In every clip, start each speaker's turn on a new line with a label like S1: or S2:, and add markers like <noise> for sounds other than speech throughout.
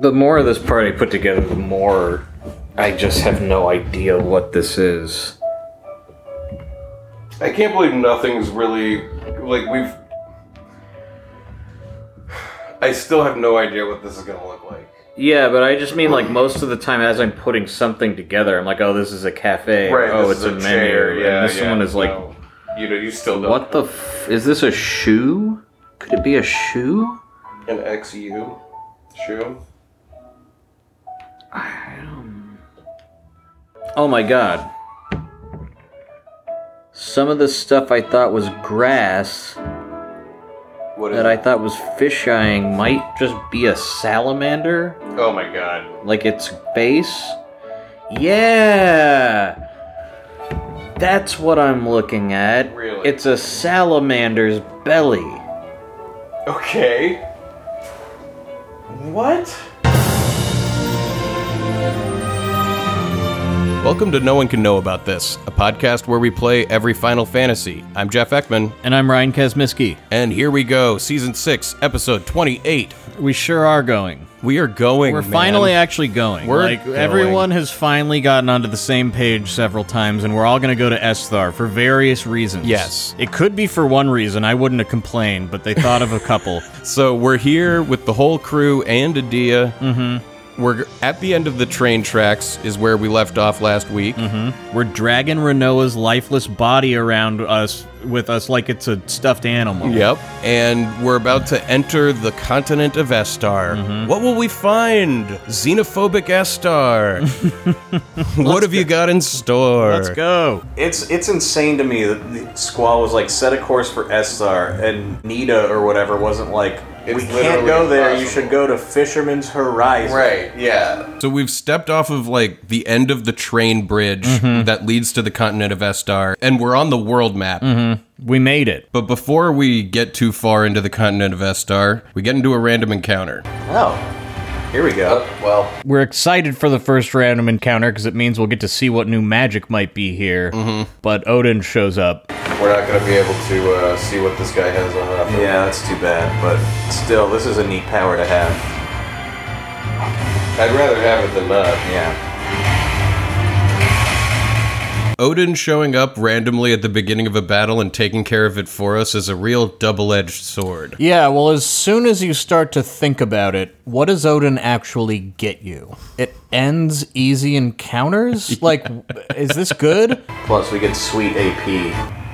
S1: the more of this part I put together, the more I just have no idea what this is.
S2: I can't believe nothing's really like we've. I still have no idea what this is gonna look like.
S1: Yeah, but I just mean like most of the time as I'm putting something together, I'm like, oh, this is a cafe. or, oh,
S2: this
S1: it's
S2: is
S1: a, menu. and this one is like,
S2: no. you know, you still don't.
S1: what the? F- is this a shoe? Could it be a shoe?
S2: an XU shoe?
S1: I don't. Oh my god. Some of the stuff I thought was grass
S2: What is
S1: that
S2: it?
S1: I thought was fish eyeing might just be a salamander.
S2: Oh my god!
S1: like its base. Yeah, that's what I'm looking at.
S2: Really?
S1: It's a salamander's belly.
S2: Okay. What?
S3: Welcome to No One Can Know About This, a podcast where we play every Final Fantasy. I'm Jeff Ekman,
S4: And I'm Ryan Kazmiski.
S3: and here we go, Season 6, Episode 28.
S4: We sure are going.
S3: We are going.
S4: We're
S3: man.
S4: finally actually going.
S3: We're
S4: like
S3: going.
S4: everyone has finally gotten onto the same page several times, and we're all going to go to Esthar for various reasons.
S3: Yes.
S4: it could be for one reason. I wouldn't have complained, but they thought of a
S1: <laughs>
S4: couple.
S3: So we're here with the whole crew and Adia. Mm-hmm. We're g- at the end of the train tracks, is where we left off last week.
S4: We're dragging Renoa's lifeless body around us with us like it's a stuffed animal.
S3: Yep. And we're about to enter the continent of Estar.
S4: Mm-hmm.
S3: What will we find?
S4: <laughs>
S3: Xenophobic Estar. what have you got in store?
S4: Let's go.
S5: It's it's insane to me that the Squall was like set a course for Estar and Nita or whatever wasn't like
S2: It's
S5: we
S2: literally
S5: can't go there. You
S2: impossible."
S5: should go to Fisherman's Horizon.
S2: Right? Yeah.
S3: So we've stepped off of like the end of the train bridge that leads to the continent of Estar, and we're on the world map.
S4: We made it.
S3: But before we get too far into the continent of Estar, we get into a random encounter.
S5: Oh, here we go.
S2: Oh, well,
S4: We're excited for the first random encounter because it means we'll get to see what new magic might be here.
S2: Mm-hmm.
S4: But Odin shows up.
S2: we're not gonna be able to uh, see what this guy has on offer.
S5: Yeah, that's too bad, but still, this is a neat power to have.
S2: I'd rather have it than not.
S5: Yeah.
S3: Odin showing up randomly at the beginning of a battle and taking care of it for us is a real double edged sword.
S4: Yeah, well, as soon as you start to think about it, what does Odin actually get you? It ends easy <laughs> encounters? Like, is this good?
S5: Plus, we get sweet AP.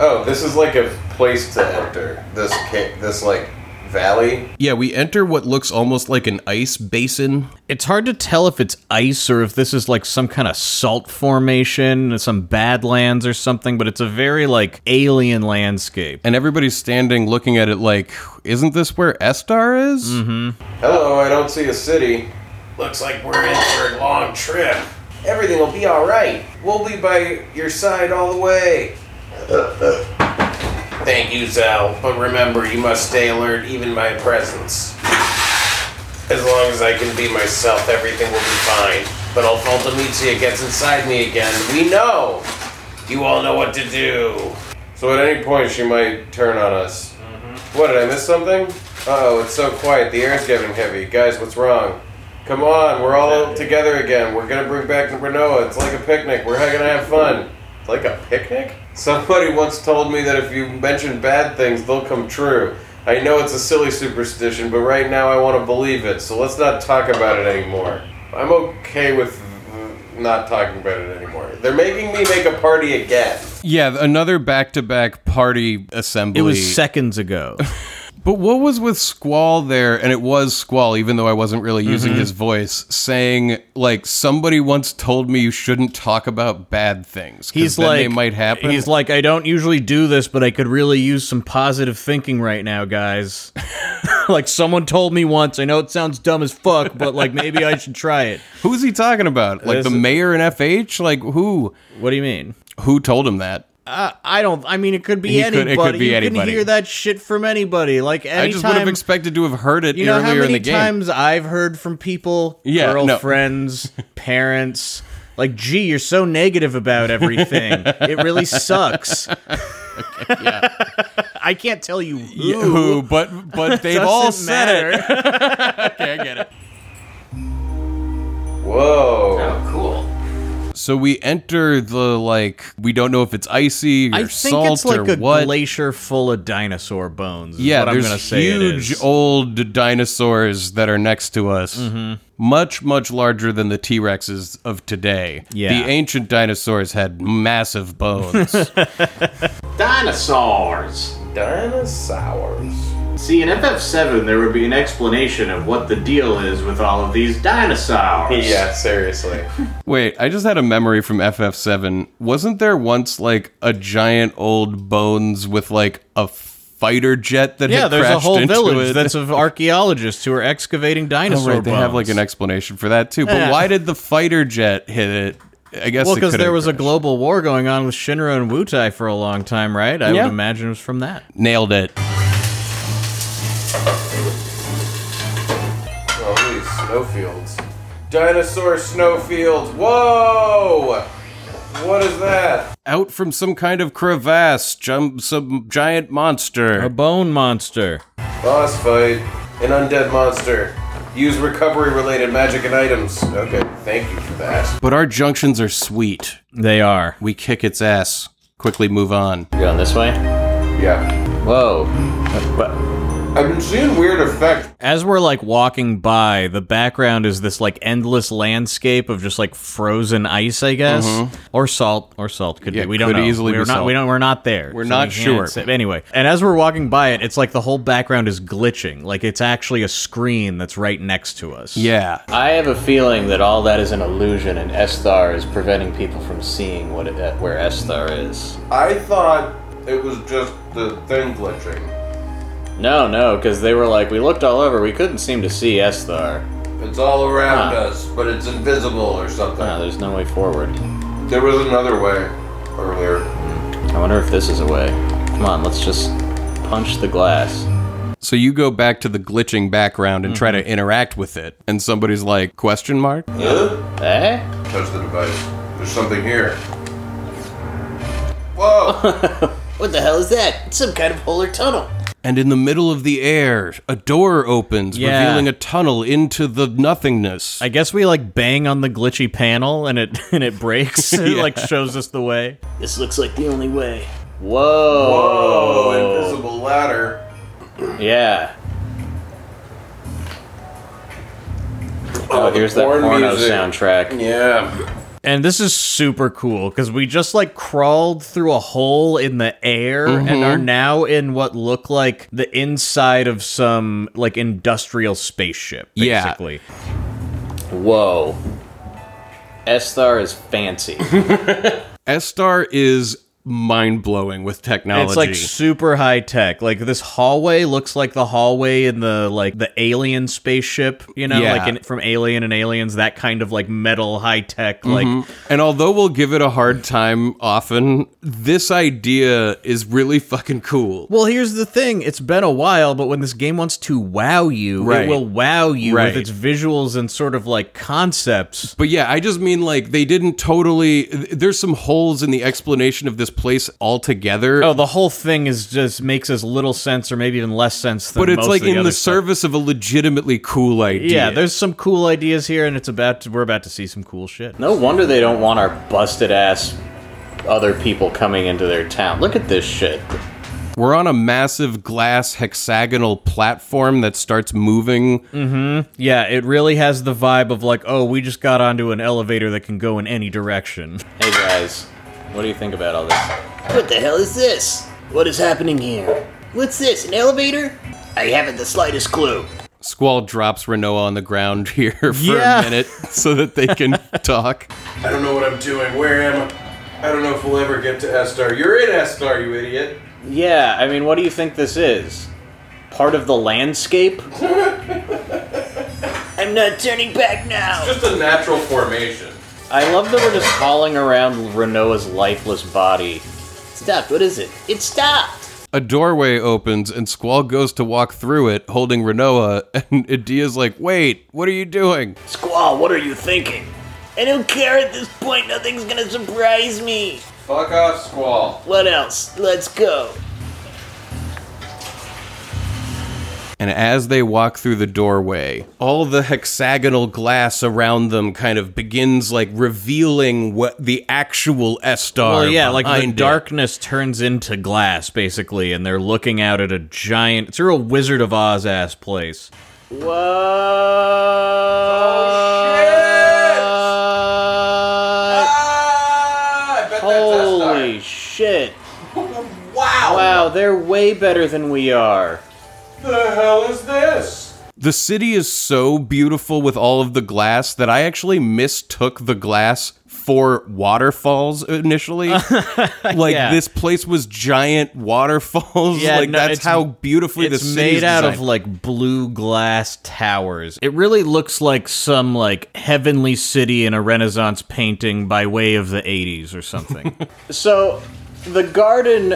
S2: Oh, this is like a place to enter. This ca- this like valley.
S3: Yeah, we enter what looks almost like an ice basin.
S4: It's hard to tell if it's ice or if this is like some kind of salt formation, some badlands or something, but it's a very like alien landscape.
S3: And everybody's standing looking at it like, isn't this where Estar is?
S2: Hello, I don't see a city. Mm-hmm. Looks like we're in for a long trip. Everything will be all right. We'll be by your side all the way. <laughs> Thank you, Zal. But remember, you must stay alert, even my presence. As long as I can be myself, everything will be fine. But if Ultimizia gets inside me again, we know. You all know what to do. So at any point, she might turn on us. What, did I miss something? Uh-oh, it's so quiet. The air's getting heavy. Guys, what's wrong? Come on, we're all together again. We're gonna bring back Renoa. It's like a picnic. We're gonna have fun. It's like a picnic? Somebody once told me that if you mention bad things, they'll come true. I know it's a silly superstition, but right now I want to believe it, so let's not talk about it anymore. I'm okay with uh, not talking about it anymore. They're making me make a party again.
S3: Yeah, another back to back party assembly.
S4: It was seconds ago.
S3: But what was with Squall there? And it was Squall, even though I wasn't really using
S4: Mm-hmm.
S3: his voice, saying like somebody once told me you shouldn't talk about bad things. 'cause
S4: He's
S3: then
S4: like
S3: they might happen.
S4: He's like, I don't usually do this, but I could really use some positive thinking right now, guys. <laughs> like someone told me once. I know it sounds dumb as fuck, but like maybe I should try it.
S3: who's he talking about? Like the
S4: This-
S3: mayor in FH? Like who?
S4: What do you mean?
S3: Who told him that?
S4: I don't. I mean, it could be
S3: He could- it
S4: anybody.
S3: could be
S4: you can
S3: anybody.
S4: hear that shit from anybody. Like anytime.
S3: I just would have expected to have heard it
S4: you know
S3: earlier
S4: how
S3: in
S4: many
S3: the game. <laughs>
S4: times I've heard from people,
S3: Yeah, no. <laughs>
S4: girlfriends, parents. Like, gee, you're so negative about everything. it
S3: <laughs>
S4: really sucks. <laughs> I can't tell you who. <laughs>
S3: <laughs> Yeah, who? But but they've all said it. okay, I get it.
S2: Whoa.
S5: Oh, cool.
S3: So we enter the like we don't know if it's icy or
S4: I think
S3: salt
S4: it's like
S3: or
S4: a
S3: what.
S4: glacier full of dinosaur bones. is
S3: yeah,
S4: what I'm
S3: there's
S4: gonna say it
S3: huge
S4: is.
S3: old dinosaurs that are next to us.
S4: Mm-hmm.
S3: Much much larger than the T Rexes of today.
S4: Yeah.
S3: the ancient dinosaurs had massive bones.
S4: <laughs>
S5: Dinosaurs.
S2: Dinosaurs.
S5: See, in FF7, there would be an explanation of what the deal is with all of these dinosaurs.
S2: Yeah, seriously.
S3: Wait, I just had a memory from FF7. Wasn't there once like a giant old bones with like a fighter jet that
S4: Yeah,
S3: had
S4: there's
S3: crashed
S4: a whole
S3: into
S4: village
S3: it?
S4: that's of archaeologists who are excavating
S3: Oh,
S4: dinosaur
S3: right, <laughs> they
S4: bones.
S3: have like an explanation for that too. But
S4: Yeah.
S3: why did the fighter jet hit it? I guess
S4: well,
S3: it
S4: because
S3: could've
S4: there was a
S3: crashed.
S4: global war going on with Shinra and Wutai for a long time, right? I
S3: Yeah.
S4: would imagine it was from that.
S3: nailed it.
S2: Holy snowfields. Dinosaur snowfields. Whoa! What is that?
S3: Out from some kind of crevasse, jump some giant monster.
S4: A bone monster.
S2: Boss fight. An undead monster. Use recovery related magic and items. Okay, thank you for that.
S3: but our junctions are sweet.
S4: They are.
S3: We kick its ass. Quickly move on.
S5: You Going this way?
S2: Yeah.
S5: Whoa. But
S2: I've been seeing weird effects.
S4: As we're like walking by, the background is this like endless landscape of just like frozen ice, I guess, or salt, or salt could
S3: Mm-hmm. Yeah,
S4: be. We don't
S3: could
S4: know.
S3: easily be
S4: we're not.
S3: salt.
S4: We don't. We're not there. We're
S3: not sure.
S4: anyway, and as we're walking by it, it's like the whole background is glitching. Like it's actually a screen that's right next to us.
S3: Yeah.
S5: I have a feeling that all that is an illusion, and Esthar is preventing people from seeing what it, uh, where Esthar is.
S2: I thought it was just the thing glitching.
S5: No, no, because they were like, we looked all over, we couldn't seem to see Esthar.
S2: It's all around
S5: Huh.
S2: us, but it's invisible or something.
S5: No, there's no way forward.
S2: There was another way earlier.
S5: I wonder if this is a way. Come on, let's just punch the glass.
S3: So you go back to the glitching background and try to interact with it, and somebody's like, question mark?
S2: Huh?
S5: Eh?
S2: Touch the device. There's something here. Whoa!
S5: What the hell is that? It's some kind of polar tunnel.
S3: <laughs> And in the middle of the air, a door opens,
S4: Yeah.
S3: revealing a tunnel into the nothingness.
S4: I guess we like bang on the glitchy panel and it <laughs> and it breaks. It like shows us the way.
S5: This looks like the only way.
S2: Whoa!
S5: Whoa!
S2: Oh, Invisible ladder.
S5: Yeah. Oh, here's that
S2: porn
S5: porno
S2: music.
S5: soundtrack.
S2: Yeah.
S4: And this is super cool because we just like crawled through a hole in the air and
S3: Mm-hmm.
S4: are now in what look like the inside of some like industrial spaceship,
S3: Yeah.
S4: basically.
S5: Whoa. Esthar is fancy.
S3: Estar is mind blowing with
S4: <laughs>
S3: technology.
S4: It's like super high tech. Like this hallway looks like the hallway in the like the alien spaceship, you know,
S3: Yeah.
S4: like in, from Alien and Aliens, that kind of like metal high tech, like
S3: and although we'll give it a hard time often, this idea is really fucking cool.
S4: Well, here's the thing. It's been a while, but when this game wants to wow you,
S3: Right.
S4: it will wow you
S3: Right.
S4: with its visuals and sort of like concepts.
S3: But yeah, I just mean like they didn't totally. th- There's some holes in the explanation of this place altogether.
S4: Oh, the whole thing is just makes as little sense or maybe even less sense than
S3: but it's
S4: most
S3: like
S4: of the
S3: in
S4: other
S3: the
S4: stuff.
S3: service of a legitimately cool idea.
S4: Yeah, there's some cool ideas here and it's about to, we're about to see some cool shit.
S5: No wonder they don't want our busted ass other people coming into their town. Look at this shit.
S3: We're on a massive glass hexagonal platform that starts moving.
S4: Yeah, it really has the vibe of like, oh, we just got onto an elevator that can go in any direction.
S5: Hey guys, what do you think about all this? What the hell is this? What is happening here? What's this, an elevator? I haven't the slightest clue.
S3: Squall drops Renoa on the ground <laughs> here for
S4: Yeah.
S3: a minute so that they can talk.
S2: I don't know what I'm doing. Where am I? I don't know if we'll ever get to Estar. You're in Estar, you idiot.
S5: Yeah, I mean, what do you think this is? Part of the landscape? <laughs> I'm not turning back now!
S2: Just a natural formation.
S5: I love that we're just hauling around Renoa's lifeless body. Stopped, what is it? It stopped!
S3: A doorway opens and Squall goes to walk through it holding Renoa, <laughs> and Idia's like, Wait, what are you doing?
S5: Squall, what are you thinking? I don't care at this point, nothing's gonna surprise me!
S2: Fuck off, squall.
S5: What else? Let's go.
S3: And as they walk through the doorway, all the hexagonal glass around them kind of begins like revealing what the actual Estar.
S4: Well, yeah, like the
S3: behind it.
S4: darkness turns into glass, basically, and they're looking out at a giant. It's a real Wizard of Oz ass place.
S2: Ah, I bet
S5: Oh, Holy shit.
S2: Wow.
S5: Wow, they're way better than we are.
S2: The hell is this?
S3: The city is so beautiful with all of the glass that I actually mistook the glass for waterfalls
S4: <laughs>
S3: initially. like
S4: Yeah.
S3: this place was giant waterfalls.
S4: Yeah,
S3: like
S4: no,
S3: that's
S4: it's-
S3: how beautifully the
S4: It's
S3: city
S4: made
S3: is
S4: out of
S3: designed.
S4: like blue glass towers. It really looks like some like heavenly city in a Renaissance painting by way of the 80s or
S3: <laughs>
S4: something.
S5: So, the garden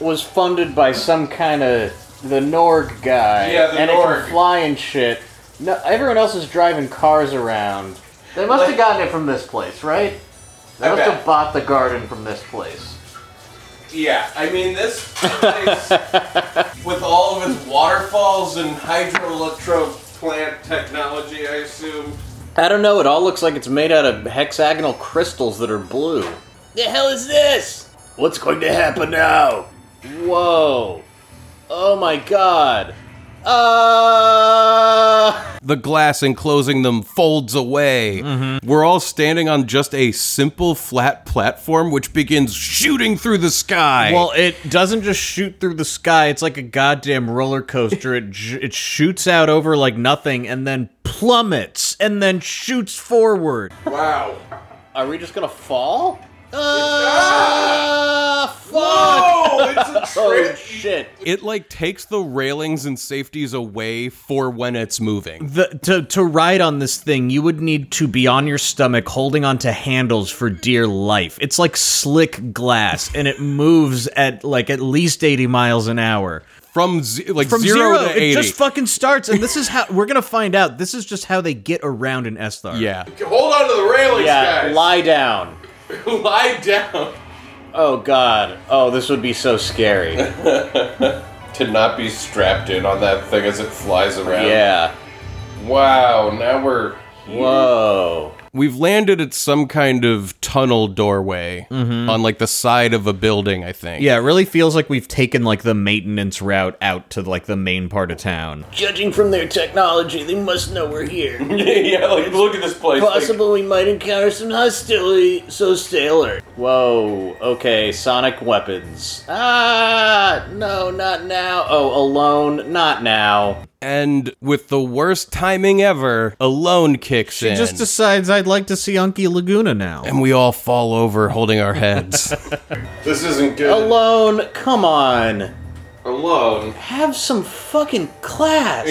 S5: was funded by some kind of the Norg guy.
S2: Yeah, the
S5: and it
S2: Norg.
S5: can fly and shit. No, everyone else is driving cars around. They must have gotten it from this place, right? They
S2: I
S5: must
S2: bet.
S5: have bought the garden from this place.
S2: Yeah, I mean this
S4: <laughs>
S2: place with all of its waterfalls and hydroelectro plant technology, I assume.
S5: I don't know. It all looks like it's made out of hexagonal crystals that are blue. The hell is this? What's going to happen now? Whoa. Oh my god. Uh...
S3: the glass enclosing them folds away.
S4: Mm-hmm.
S3: We're all standing on just a simple flat platform which begins shooting through the sky.
S4: well, it doesn't just shoot through the sky, it's like a goddamn roller coaster. It, j- it shoots out over like nothing and then plummets and then shoots forward.
S2: Wow.
S5: Are we just gonna fall?
S2: Ah!
S5: Uh... Fuck!
S2: Oh,
S5: <laughs>
S2: it's a
S5: Oh
S2: trick.
S5: shit.
S3: it like takes the railings and safeties away for when it's moving.
S4: The, to, to ride on this thing, you would need to be on your stomach holding onto handles for dear life. It's like slick glass, and it moves at like at least 80 miles an hour.
S3: From ze- like
S4: From
S3: zero,
S4: zero,
S3: to eighty.
S4: it just fucking starts, and this is how we're gonna find out. This is just how they get around an Esthar.
S3: yeah.
S2: Hold on to the railings,
S5: Yeah,
S2: guys.
S5: lie down.
S2: <laughs> Lie down.
S5: Oh god. Oh, this would be so scary.
S2: To not be strapped in on that thing as it flies around.
S5: yeah.
S2: Wow, now we're.
S5: Whoa.
S3: We've landed at some kind of tunnel doorway on like the side of a building, I think.
S2: <laughs>
S4: Mm-hmm. Yeah, it really feels like we've taken like the maintenance route out to like the main part of town.
S5: Judging from their technology, they must know we're here.
S2: yeah, like look at this place.
S5: Possible we might encounter some hostility, so stay alert. Whoa, okay, sonic weapons. Ah, no, not now. Oh, alone, not now.
S3: And with the worst timing ever, alone kicks
S4: She
S3: in.
S4: just decides I'd like to see Unky Laguna now.
S3: and we all fall over holding
S4: <laughs>
S3: our heads.
S2: This isn't good.
S5: Alone, come on.
S2: Alone.
S5: Have some fucking
S2: <laughs>
S5: class.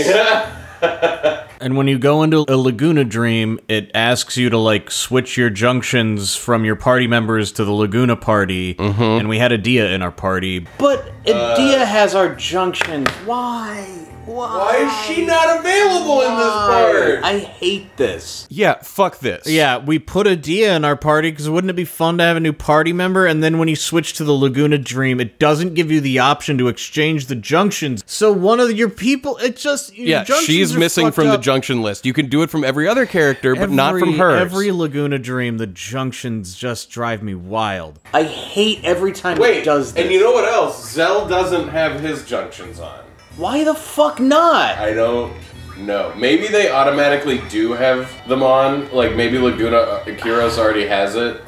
S4: And when you go into a Laguna dream, it asks you to like switch your junctions from your party members to the Laguna party.
S2: Mm-hmm.
S4: And we had Adia in our party.
S5: But
S2: Uh,
S5: Adia has our junctions. Why? Why?
S2: Why is she not available in this part?
S5: I hate this.
S3: yeah, fuck this.
S4: Yeah, we put Adia in our party because wouldn't it be fun to have a new party member? And then when you switch to the Laguna dream, it doesn't give you the option to exchange the junctions. So one of your people, it just your
S3: Yeah,
S4: junctions
S3: she's
S4: are
S3: missing
S4: fucked
S3: from the
S4: up.
S3: junction list. You can do it from every other character, but not from
S4: Every-
S3: hers.
S4: Every Laguna dream, the junctions just drive me wild.
S5: I hate every time
S2: Wait,
S5: it does this.
S2: and you know what else? Zell doesn't have his junctions on.
S5: Why the fuck not?
S2: I don't know. Maybe they automatically do have them on. Like maybe Laguna Akira's already has it.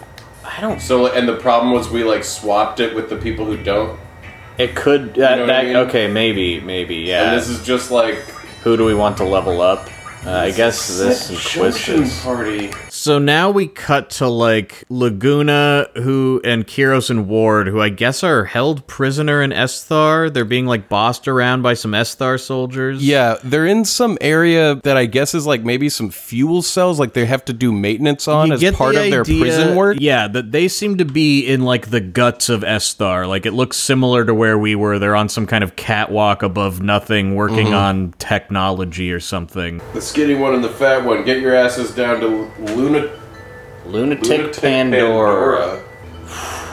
S5: I don't
S2: So and the problem was we like swapped it with the people who don't.
S5: It could. That,
S2: know what
S5: that
S2: I mean?
S5: okay, maybe, maybe, yeah.
S2: And this is just like
S5: Who do we want to level up? Uh, I guess this is
S2: junction
S5: Quistis.
S2: party.
S4: So now we cut to like Laguna, who and Kiros and Ward, who I guess are held prisoner in Esthar. They're being like bossed around by some Esthar soldiers.
S3: yeah, they're in some area that I guess is like maybe some fuel cells, like they have to do maintenance on
S4: You
S3: as
S4: get
S3: part
S4: the
S3: of their
S4: idea-
S3: prison work.
S4: Yeah, that they seem to be in like the guts of Esthar. Like it looks similar to where we were. They're on some kind of catwalk above nothing, working
S3: Mm-hmm.
S4: on technology or something.
S2: The skinny one and the fat one. Get your asses down to Luna.
S5: Lunatic,
S2: Lunatic
S5: Pandora.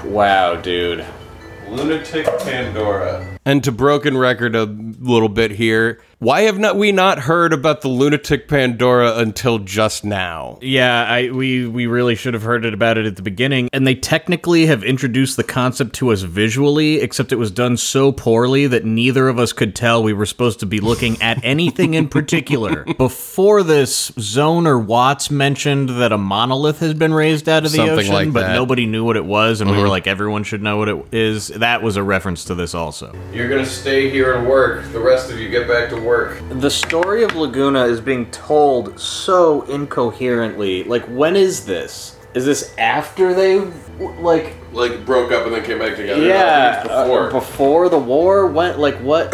S5: Wow, dude.
S2: Pandora. Lunatic Pandora.
S3: And to broken record a little bit here,
S6: Why have not we not heard about the lunatic Pandora until just now?
S7: Yeah, I we we really should have heard it about it at the beginning. And they technically have introduced the concept to us visually, except it was done so poorly that neither of us could tell we were supposed to be
S6: <laughs>
S7: looking at anything in particular. Before this, Zone or Watts mentioned that a monolith has been raised out of the
S6: Something
S7: ocean,
S6: like
S7: but
S6: that. Uh-huh.
S7: nobody knew what it was, and we were like, everyone should know what it is. That was a reference to this also.
S3: You're gonna stay here and work. The rest of you get back to work.
S4: The story of Laguna is being told so incoherently. Like, when is this? Is this after they, like,
S3: Like broke up and then came back together.
S4: yeah,
S3: I think
S4: uh,
S3: it's before.
S4: before the war? When, like, what?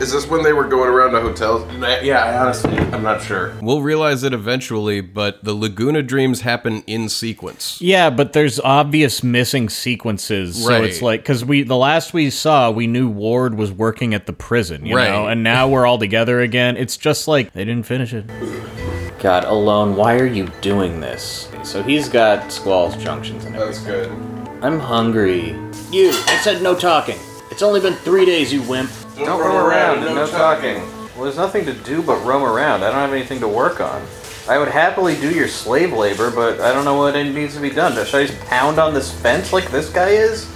S3: Is this when they were going around to hotels? Yeah, I honestly, I'm not sure.
S6: We'll realize it eventually, but the Laguna dreams happen in sequence.
S7: <coughs> Yeah, but there's obvious missing sequences. So
S6: Right.
S7: it's like because we the last we saw, we knew Ward was working at the prison, you
S6: Right.
S7: know, and now we're all together again. It's just like they didn't finish it.
S4: God, alone, why are you doing this? So he's got squalls, junctions, and everything.
S3: That's good.
S4: I'm hungry. You, I said no talking. It's only been three days, you wimp.
S3: Don't, roam around. No talking.
S4: Well, there's nothing to do but roam around. I don't have anything to work on. I would happily do your slave labor, but I don't know what needs to be done. Should I just pound on this fence like this guy is?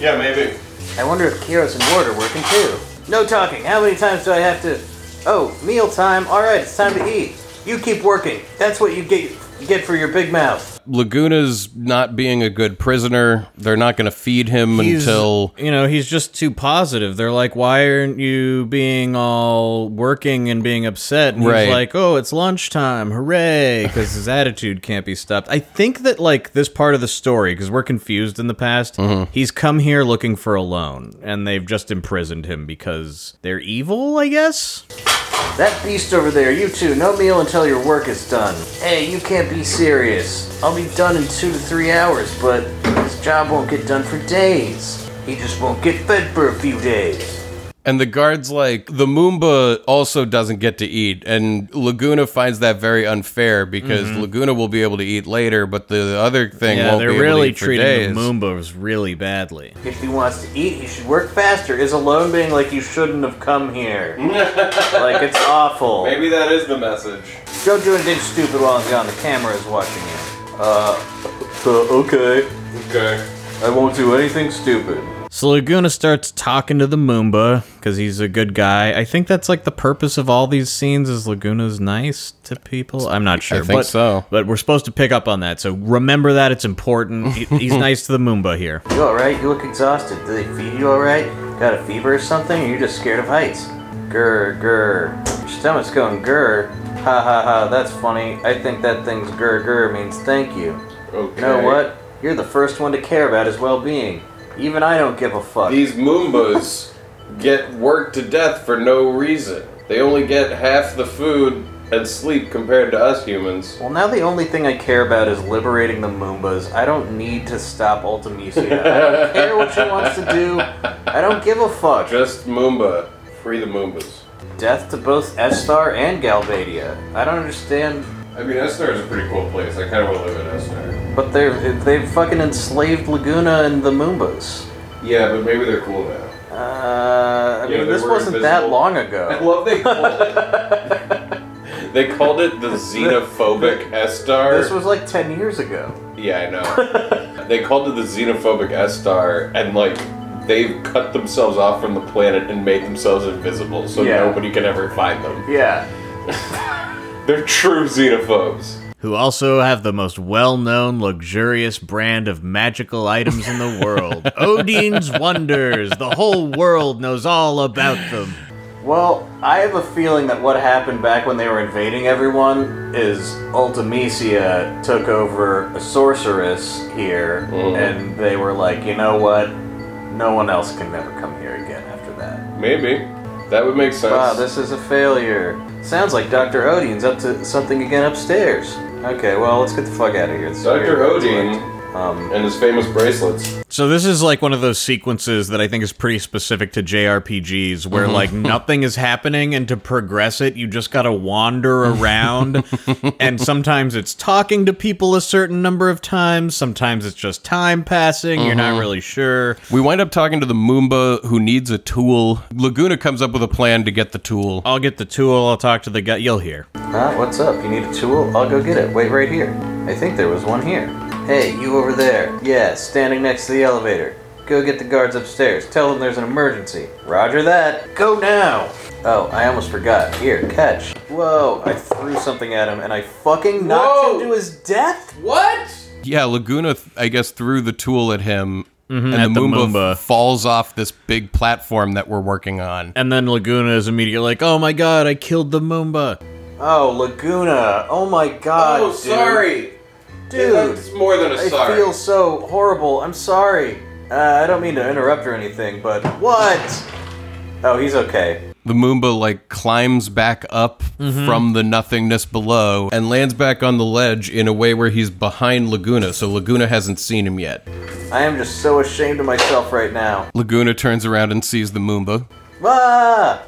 S3: Yeah, maybe.
S4: I wonder if Kiros and Ward are working too. No talking. How many times do I have to? Oh, meal time. All right, it's time to eat. You keep working. That's what you get get for your big mouth.
S6: Laguna's not being a good prisoner. They're not going to feed him until
S7: you know he's just too positive. They're like, why aren't you being all working and being upset? And
S6: Right.
S7: he's like, oh, it's lunchtime, hooray! Because his attitude can't be stopped. I think that like this part of the story, because we're confused in the past.
S6: Mm-hmm.
S7: He's come here looking for a loan, and they've just imprisoned him because they're evil. I guess.
S4: That beast over there. You two. No meal until your work is done. Hey, you can't be serious. I'll be done in two to three hours, but this job won't get done for days. He just won't get fed for a few days.
S6: And the guard's like, the Moomba also doesn't get to eat. And Laguna finds that very unfair because Laguna will be able to eat later, but the other thing
S7: Mm-hmm. Yeah,
S6: won't
S7: they're
S6: be able
S7: really
S6: to eat for
S7: treating
S6: days.
S7: the Moombas really badly.
S4: If he wants to eat, he should work faster. Is alone being like you shouldn't have come here. like it's awful.
S3: Maybe that is the message.
S4: Don't do anything stupid while I'm gone. The camera is watching you. Uh, okay.
S3: Okay.
S4: I won't do anything stupid.
S7: So Laguna starts talking to the Moomba because he's a good guy. I think that's like the purpose of all these scenes is Laguna's nice to people. I'm not sure.
S6: think
S7: but,
S6: so.
S7: But we're supposed to pick up on that. So remember that it's important. He-
S6: <laughs>
S7: he's nice to the Moomba here.
S4: You alright? You look exhausted. Did they feed you alright? Got a fever or something? Or you just scared of heights? Grr, grr. Your stomach's going grr. Ha ha ha, that's funny. I think that thing's grr grr means thank you.
S3: Okay.
S4: You know what? You're the first one to care about his well being. Even I don't give a fuck.
S3: These Moombas get worked to death for no reason. They only get half the food and sleep compared to us humans.
S4: Well, now the only thing I care about is liberating the Moombas. I don't need to stop Ultimisia. I
S3: <laughs>
S4: don't care what she wants to do. I don't give a fuck.
S3: Just Moomba. Free the Moombas.
S4: Death to both Estar and Galvadia. I don't understand,
S3: I mean, Estar is a pretty cool place. I kind of want to live in Estar.
S4: but they're they've fucking enslaved Laguna and the Moombas.
S3: Yeah, but maybe they're cool now.
S4: Uh, I
S3: Yeah,
S4: mean,
S3: they
S4: this
S3: were
S4: wasn't that
S3: invisible.
S4: long
S3: I
S4: ago.
S3: love they called it. <laughs> they called it the xenophobic Estar.
S4: This was like ten years ago.
S3: Yeah, I know. they called it the xenophobic S star, and like they've cut themselves off from the planet and made themselves invisible, so
S4: Yeah.
S3: nobody can ever find them.
S4: Yeah.
S3: They're true xenophobes.
S7: Who also have the most well known, luxurious brand of magical items in the world Odin's Wonders. The whole world knows all about them.
S4: Well, I have a feeling that what happened back when they were invading everyone is Ultimisia took over a sorceress here, and they were like, you know what? No one else can never come here again after that.
S3: Maybe that would make sense.
S4: Wow, this is a failure. Sounds like Dr. Odin's up to something again upstairs. Okay, well, let's get the fuck out of here. This is
S3: Dr.
S4: weird.
S3: Odin
S8: and his famous bracelets.
S4: So this is like one of those sequences that I think is pretty specific to JRPGs where like nothing is happening and to progress it you just got to wander <laughs> around and sometimes it's talking to people a certain number of times, sometimes it's just time passing, you're not really sure.
S3: We wind up talking to the Moomba who needs a tool. Laguna comes up with a plan to get the tool.
S4: I'll get the tool, I'll talk to the guy, you'll hear.
S5: Ah, what's up? You need a tool? I'll go get it. Wait right here. I think there was one here. Hey, you over there. Yeah, standing next to the elevator. Go get the guards upstairs. Tell them there's an emergency. Roger that. Go now. Oh, I almost forgot. Here, catch. Whoa, I threw something at him and I fucking knocked
S2: Whoa.
S5: him to his death?
S2: What?
S3: Yeah, Laguna, th- I guess, threw the tool at him, and
S4: Mm-hmm. at
S3: the
S4: the
S3: Moomba,
S4: Moomba.
S3: f- falls off this big platform that we're working on.
S4: And then Laguna is immediately like, "Oh my god, I killed the Moomba."
S5: Oh, Laguna. Oh my god.
S2: Oh,
S5: dude.
S2: sorry.
S5: Dude.
S2: That's more than a
S5: I
S2: sorry.
S5: feel so horrible. I'm sorry. Uh, I don't mean to interrupt or anything, but what? Oh, he's okay.
S3: The Moomba, like, climbs back up
S4: Mm-hmm.
S3: from the nothingness below and lands back on the ledge in a way where he's behind Laguna, so Laguna hasn't seen him yet.
S5: I am just so ashamed of myself right now.
S3: Laguna turns around and sees the Moomba.
S5: Ah!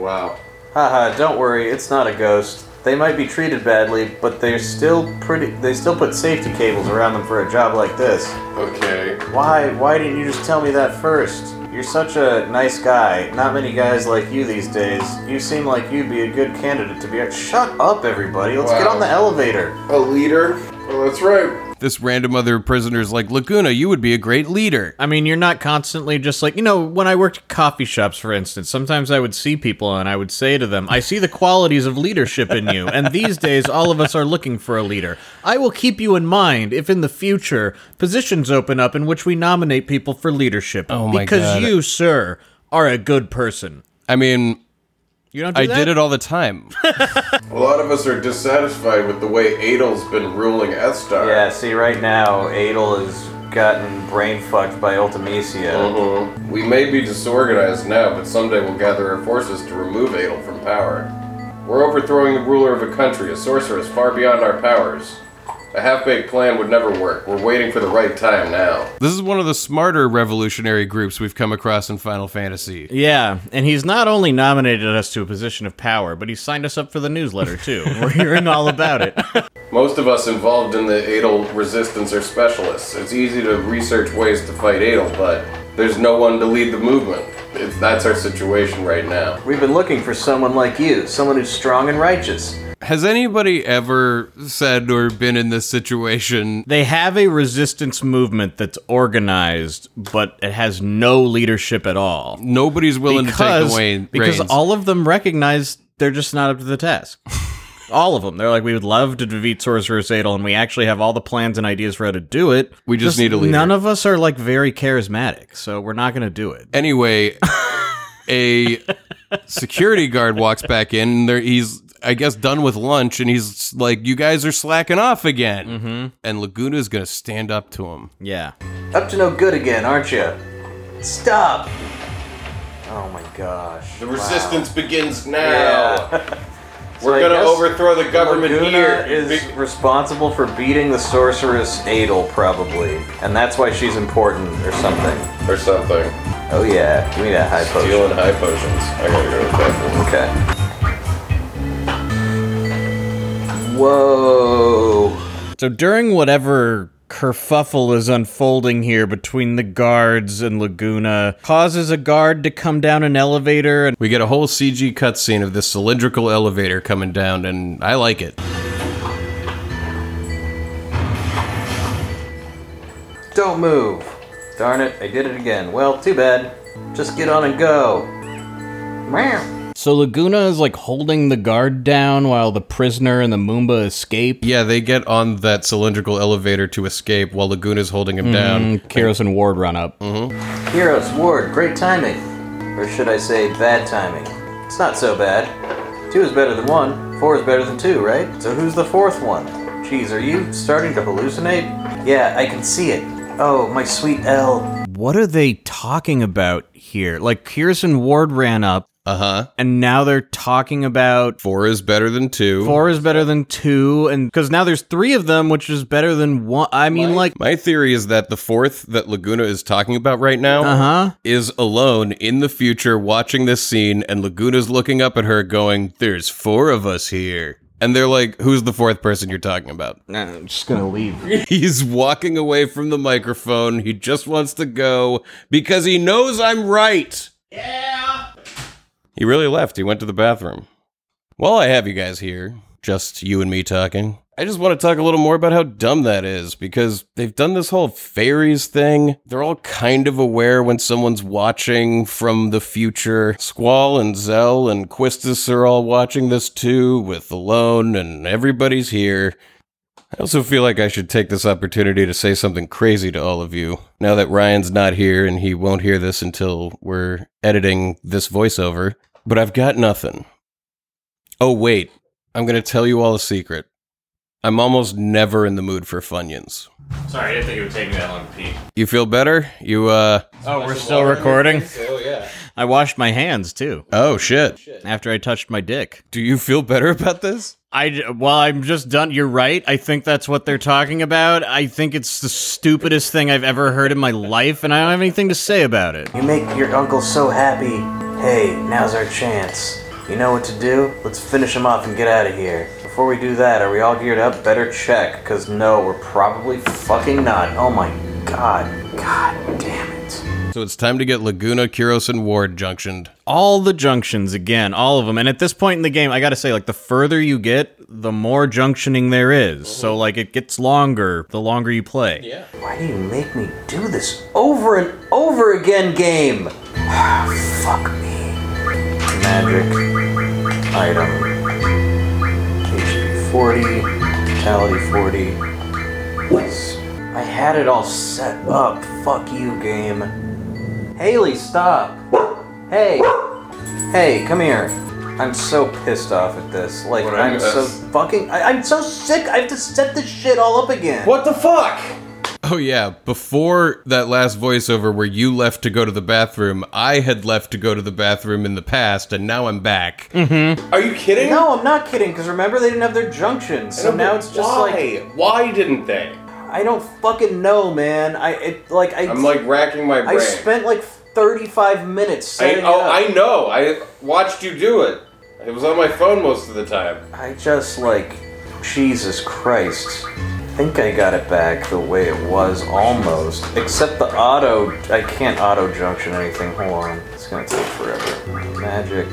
S8: Wow.
S5: Haha, don't worry, it's not a ghost. They might be treated badly, but they're still pretty. They still put safety cables around them for a job like this.
S8: Okay.
S5: Why? Why didn't you just tell me that first? You're such a nice guy. Not many guys like you these days. You seem like you'd be a good candidate to be. Shut up, everybody. Let's get
S8: Wow.
S5: on the elevator.
S8: A leader. Well, that's right.
S3: This random other prisoner's like, Laguna, you would be a great leader.
S4: I mean, you're not constantly just like, you know, when I worked at coffee shops, for instance, sometimes I would see people and I would say to them, I see the qualities of leadership in you. And these days, all of us are looking for a leader. I will keep you in mind if in the future positions open up in which we nominate people for leadership.
S3: Oh my
S4: because
S3: God.
S4: you, sir, are a good person.
S3: I mean,
S4: You don't do
S3: I
S4: that?
S3: did it all the time.
S8: A lot of us are dissatisfied with the way Adel's been ruling Estar.
S5: Yeah, see, right now, Adel has gotten brain fucked by Ultimisia.
S8: Mhm. We may be disorganized now, but someday we'll gather our forces to remove Adel from power. We're overthrowing the ruler of a country, a sorceress far beyond our powers. A half baked plan would never work. We're waiting for the right time now.
S3: This is one of the smarter revolutionary groups we've come across in Final Fantasy.
S4: Yeah, and he's not only nominated us to a position of power, but he signed us up for the newsletter
S3: <laughs>
S4: too. We're hearing all about it.
S8: Most of us involved in the Adel resistance are specialists. It's easy to research ways to fight Adel, but there's no one to lead the movement. It's, that's our situation right now.
S5: We've been looking for someone like you, someone who's strong and righteous.
S3: Has anybody ever said or been in this situation?
S4: They have a resistance movement that's organized, but it has no leadership at all.
S3: Nobody's willing to take
S4: Because,
S3: away
S4: because
S3: reins.
S4: all of them recognize they're just not up to the task. <laughs> all of them. They're like, we would love to defeat Sorcerer's Adel, and we actually have all the plans and ideas for how to do it.
S3: We just need a leader.
S4: None of us are like very charismatic, so we're not going to do it.
S3: anyway, a security guard walks back in. And there, he's I guess done with lunch, and he's like, "You guys are slacking off again." Mm-hmm. And Laguna's gonna stand up to him.
S4: Yeah.
S5: Up to no good again, aren't you? Stop! Oh my gosh.
S8: The resistance begins now.
S5: So I
S8: We're gonna
S5: guess
S8: overthrow the government
S5: Laguna
S8: here.
S5: is
S8: Be-
S5: responsible for beating the sorceress Adel, probably. And that's why she's important or something.
S8: or something.
S5: Oh yeah, give me that high potion.
S8: Dealing high potions. I gotta go to the bathroom.
S5: Okay. Whoa.
S4: So during whatever kerfuffle is unfolding here between the guards and Laguna, causes a guard to come down an elevator and
S3: We get a whole CG cutscene of this cylindrical elevator coming down, and I like it.
S5: Don't move. Darn it, I did it again. Well, too bad. Just get on and go. Meow.
S4: so Laguna is like holding the guard down while the prisoner and the Moomba escape.
S3: Yeah, they get on that cylindrical elevator to escape while Laguna's holding him down.
S4: And Kairos Mm, and Ward run up.
S5: Heroes, Ward, great timing. Or should I say, bad timing? It's not so bad. Two is better than one. Four is better than two, right? So who's the fourth one? Geez, are you starting to hallucinate? Yeah, I can see it. Oh, my sweet L.
S4: What are they talking about here? Like Kairos and Ward ran up.
S3: Uh huh.
S4: and now they're talking about
S3: Four is better than two.
S4: four is better than two, and because now there's three of them, which is better than one. I mean, like,
S3: My theory is that the fourth that Laguna is talking about right now
S4: uh huh.
S3: is alone in the future watching this scene, and Laguna's looking up at her going, There's four of us here. And they're like, Who's the fourth person you're talking about?
S4: Nah, I'm just gonna leave.
S3: <laughs> He's walking away from the microphone. He just wants to go because he knows I'm right. Yeah. He really left. He went to the bathroom. While I have you guys here, just you and me talking, I just want to talk a little more about how dumb that is because they've done this whole fairies thing. They're all kind of aware when someone's watching from the future. Squall and Zell and Quistis are all watching this too, with Alone, and everybody's here. I also feel like I should take this opportunity to say something crazy to all of you. Now that Ryan's not here and he won't hear this until we're editing this voiceover, but I've got nothing. Oh, wait. I'm going to tell you all a secret. I'm almost never in the mood for Funyuns.
S5: Sorry, I didn't think it would take me that long to pee.
S3: You feel better? You, uh.
S4: Oh, we're still recording.
S8: So yeah.
S4: I washed my hands too
S3: Oh, shit.
S4: after I touched my dick.
S3: Do you feel better about this?
S4: I d- well, I'm just done. You're right. I think that's what they're talking about. I think it's the stupidest thing I've ever heard in my life, and I don't have anything to say about it.
S5: You make your uncle so happy. Hey, now's our chance. You know what to do? Let's finish him off and get out of here. Before we do that, are we all geared up? Better check, because no, we're probably fucking not. Oh my god. God damn it.
S3: So it's time to get Laguna, Kuros, and Ward junctioned.
S4: All the junctions again, all of them. And at this point in the game, I gotta say, like the further you get, the more junctioning there is.
S3: Uh-huh.
S4: So like it gets longer the longer you play. Yeah.
S5: Why do you make me do this over and over again, game? <sighs> Fuck me. Magic. Item. HP 40. Vitality 40. Yes. I had it all set up. Fuck you, game. Haley, stop. Hey. Hey, come here. I'm so pissed off at this. Like,
S8: What, I
S5: I'm so
S8: missed?
S5: fucking. I, I'm so sick. I have to set this shit all up again.
S8: What the fuck?
S3: Oh yeah, before that last voiceover where you left to go to the bathroom, I had left to go to the bathroom in the past and now I'm back.
S8: Mm-hmm. Are you kidding?
S5: No, I'm not kidding. Because remember, they didn't have their junctions, so now it's just like
S8: why? Why didn't they?
S5: I don't fucking know, man. I it like I
S8: I'm like racking my brain.
S5: I spent like 35 minutes
S8: I,
S5: setting
S8: oh,
S5: it
S8: I
S5: up.
S8: know. I watched you do it. It was on my phone most of the time.
S5: I, just like Jesus Christ. I think I got it back the way it was almost, except the auto. I can't auto junction or anything. Hold on, it's gonna take forever. Magic.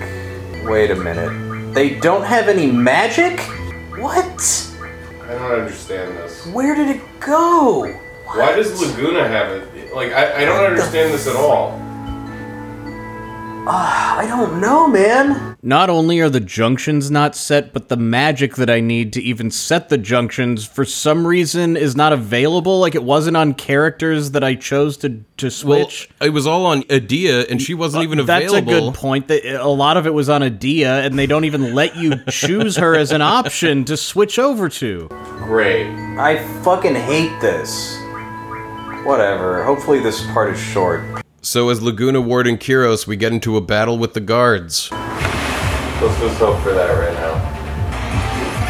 S5: Wait a minute. They don't have any magic. What?
S8: I don't understand this.
S5: Where did it go?
S8: Why does Laguna have it? Like, I, I don't understand this at all.
S5: I don't know, man.
S4: Not only are the junctions not set, but the magic that I need to even set the junctions for some reason is not available. Like it wasn't on characters that I chose to to switch.
S3: Well, it was all on Adia and she
S5: Uh,
S3: wasn't even
S4: That's
S3: available.
S4: a good point. That uh, a lot of it was on Adia, and they don't even let you
S3: <laughs>
S4: choose her as an option to switch over to.
S8: Great.
S5: I fucking hate this. Whatever. Hopefully this part is short.
S3: So as Laguna, Ward, and Kiros, we get into a battle with the guards.
S8: Let's just hope for that right now.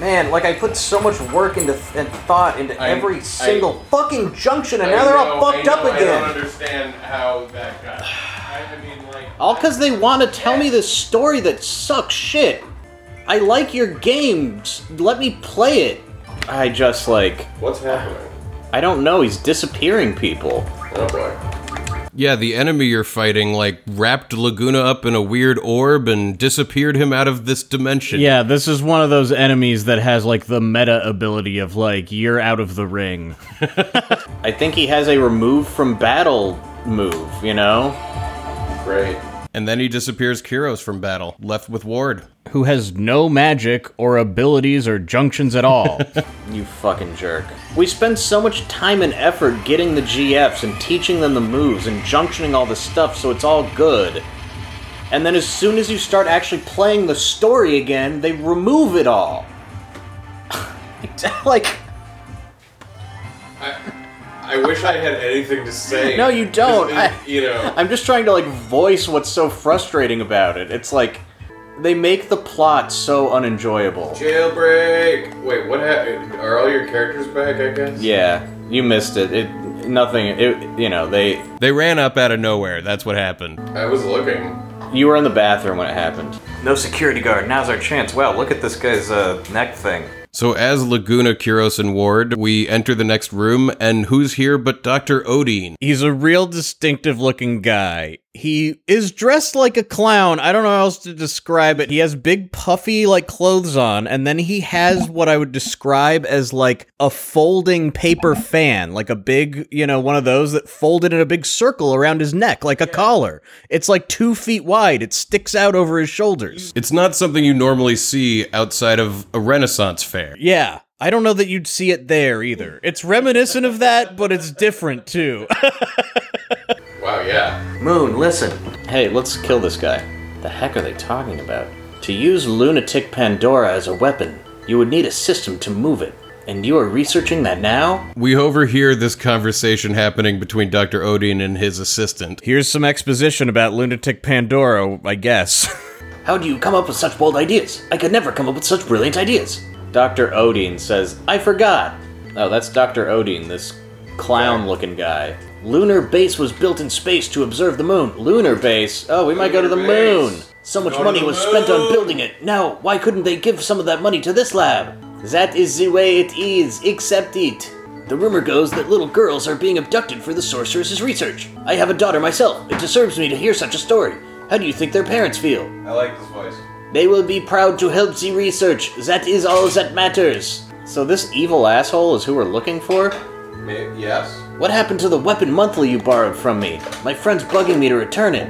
S5: Man, like I put so much work into and thought into
S8: I-
S5: every
S8: I-
S5: single fucking junction, and now they're all fucked up
S8: I don't
S5: again.
S8: understand how that got. I, I mean, like.
S4: All because they want to tell me this story that sucks shit. I like your games. Let me play it.
S5: I just like
S8: What's happening?
S5: I don't know. He's disappearing people.
S8: Oh boy.
S3: Yeah, the enemy you're fighting like wrapped Laguna up in a weird orb and disappeared him out of this dimension.
S4: Yeah, this is one of those enemies that has like the meta ability of like you're out of the ring. <laughs>
S5: I think he has a remove from battle move. You know.
S8: Great.
S3: And then he disappears Kiros from battle, left with Ward.
S4: Who has no magic or abilities or junctions at all.
S5: You fucking jerk. We spend so much time and effort getting the GFs and teaching them the moves and junctioning all the stuff so it's all good. And then as soon as you start actually playing the story again, they remove it <laughs> all. like,
S8: I, I wish I had anything to say.
S5: No, you don't.
S8: It-
S5: I-
S8: you know,
S5: I'm just trying to like voice what's so frustrating about it. It's like they make the plot so unenjoyable.
S8: jailbreak. Wait, what happened? Are all your characters back? I guess.
S5: Yeah, you missed it. It nothing. It you know they
S3: They ran up out of nowhere. That's what happened.
S8: I was looking.
S5: you were in the bathroom when it happened. No security guard. Now's our chance. Wow, look at this guy's uh, neck thing.
S3: So, as Laguna, Kuros, and Ward, we enter the next room, and who's here but Dr. Odin?
S4: He's a real distinctive looking guy. He is dressed like a clown. I don't know how else to describe it. He has big puffy like clothes on and then he has what I would describe as like a folding paper fan, like a big, you know, one of those that folded in a big circle around his neck like a collar. It's like 2 feet wide. It sticks out over his shoulders.
S3: It's not something you normally see outside of a Renaissance fair.
S4: Yeah. I don't know that you'd see it there either. It's reminiscent of that, but it's different too. <laughs>
S8: Wow. Yeah.
S5: Moon, listen. Hey, let's kill this guy. The heck are they talking about? To use lunatic Pandora as a weapon, you would need a system to move it. And you are researching that now?
S3: We overhear this conversation happening between Dr. Odin and his assistant.
S4: Here's some exposition about Lunatic Pandora, I guess. <laughs>
S5: How do you come up with such bold ideas? I could never come up with such brilliant ideas. Dr. Odin says, I forgot. Oh, that's Dr. Odin, this clown looking guy. Lunar base was built in space to observe the moon. Lunar base? Oh, we might go to the
S8: Lunar base.
S5: moon. So much
S8: Go to
S5: money
S8: the
S5: was spent on
S8: moon.
S5: building it. Now, why couldn't they give some of that money to this lab? That is the way it is, except it. The rumor goes that little girls are being abducted for the sorceress's research. I have a daughter myself. It disturbs me to hear such a story. How do you think their parents feel?
S8: I like this voice.
S5: They will be proud to help the research. That is all that matters. So this evil asshole is who we're looking for?
S8: May- yes.
S5: What happened to the weapon monthly you borrowed from me? My friend's bugging me to return it.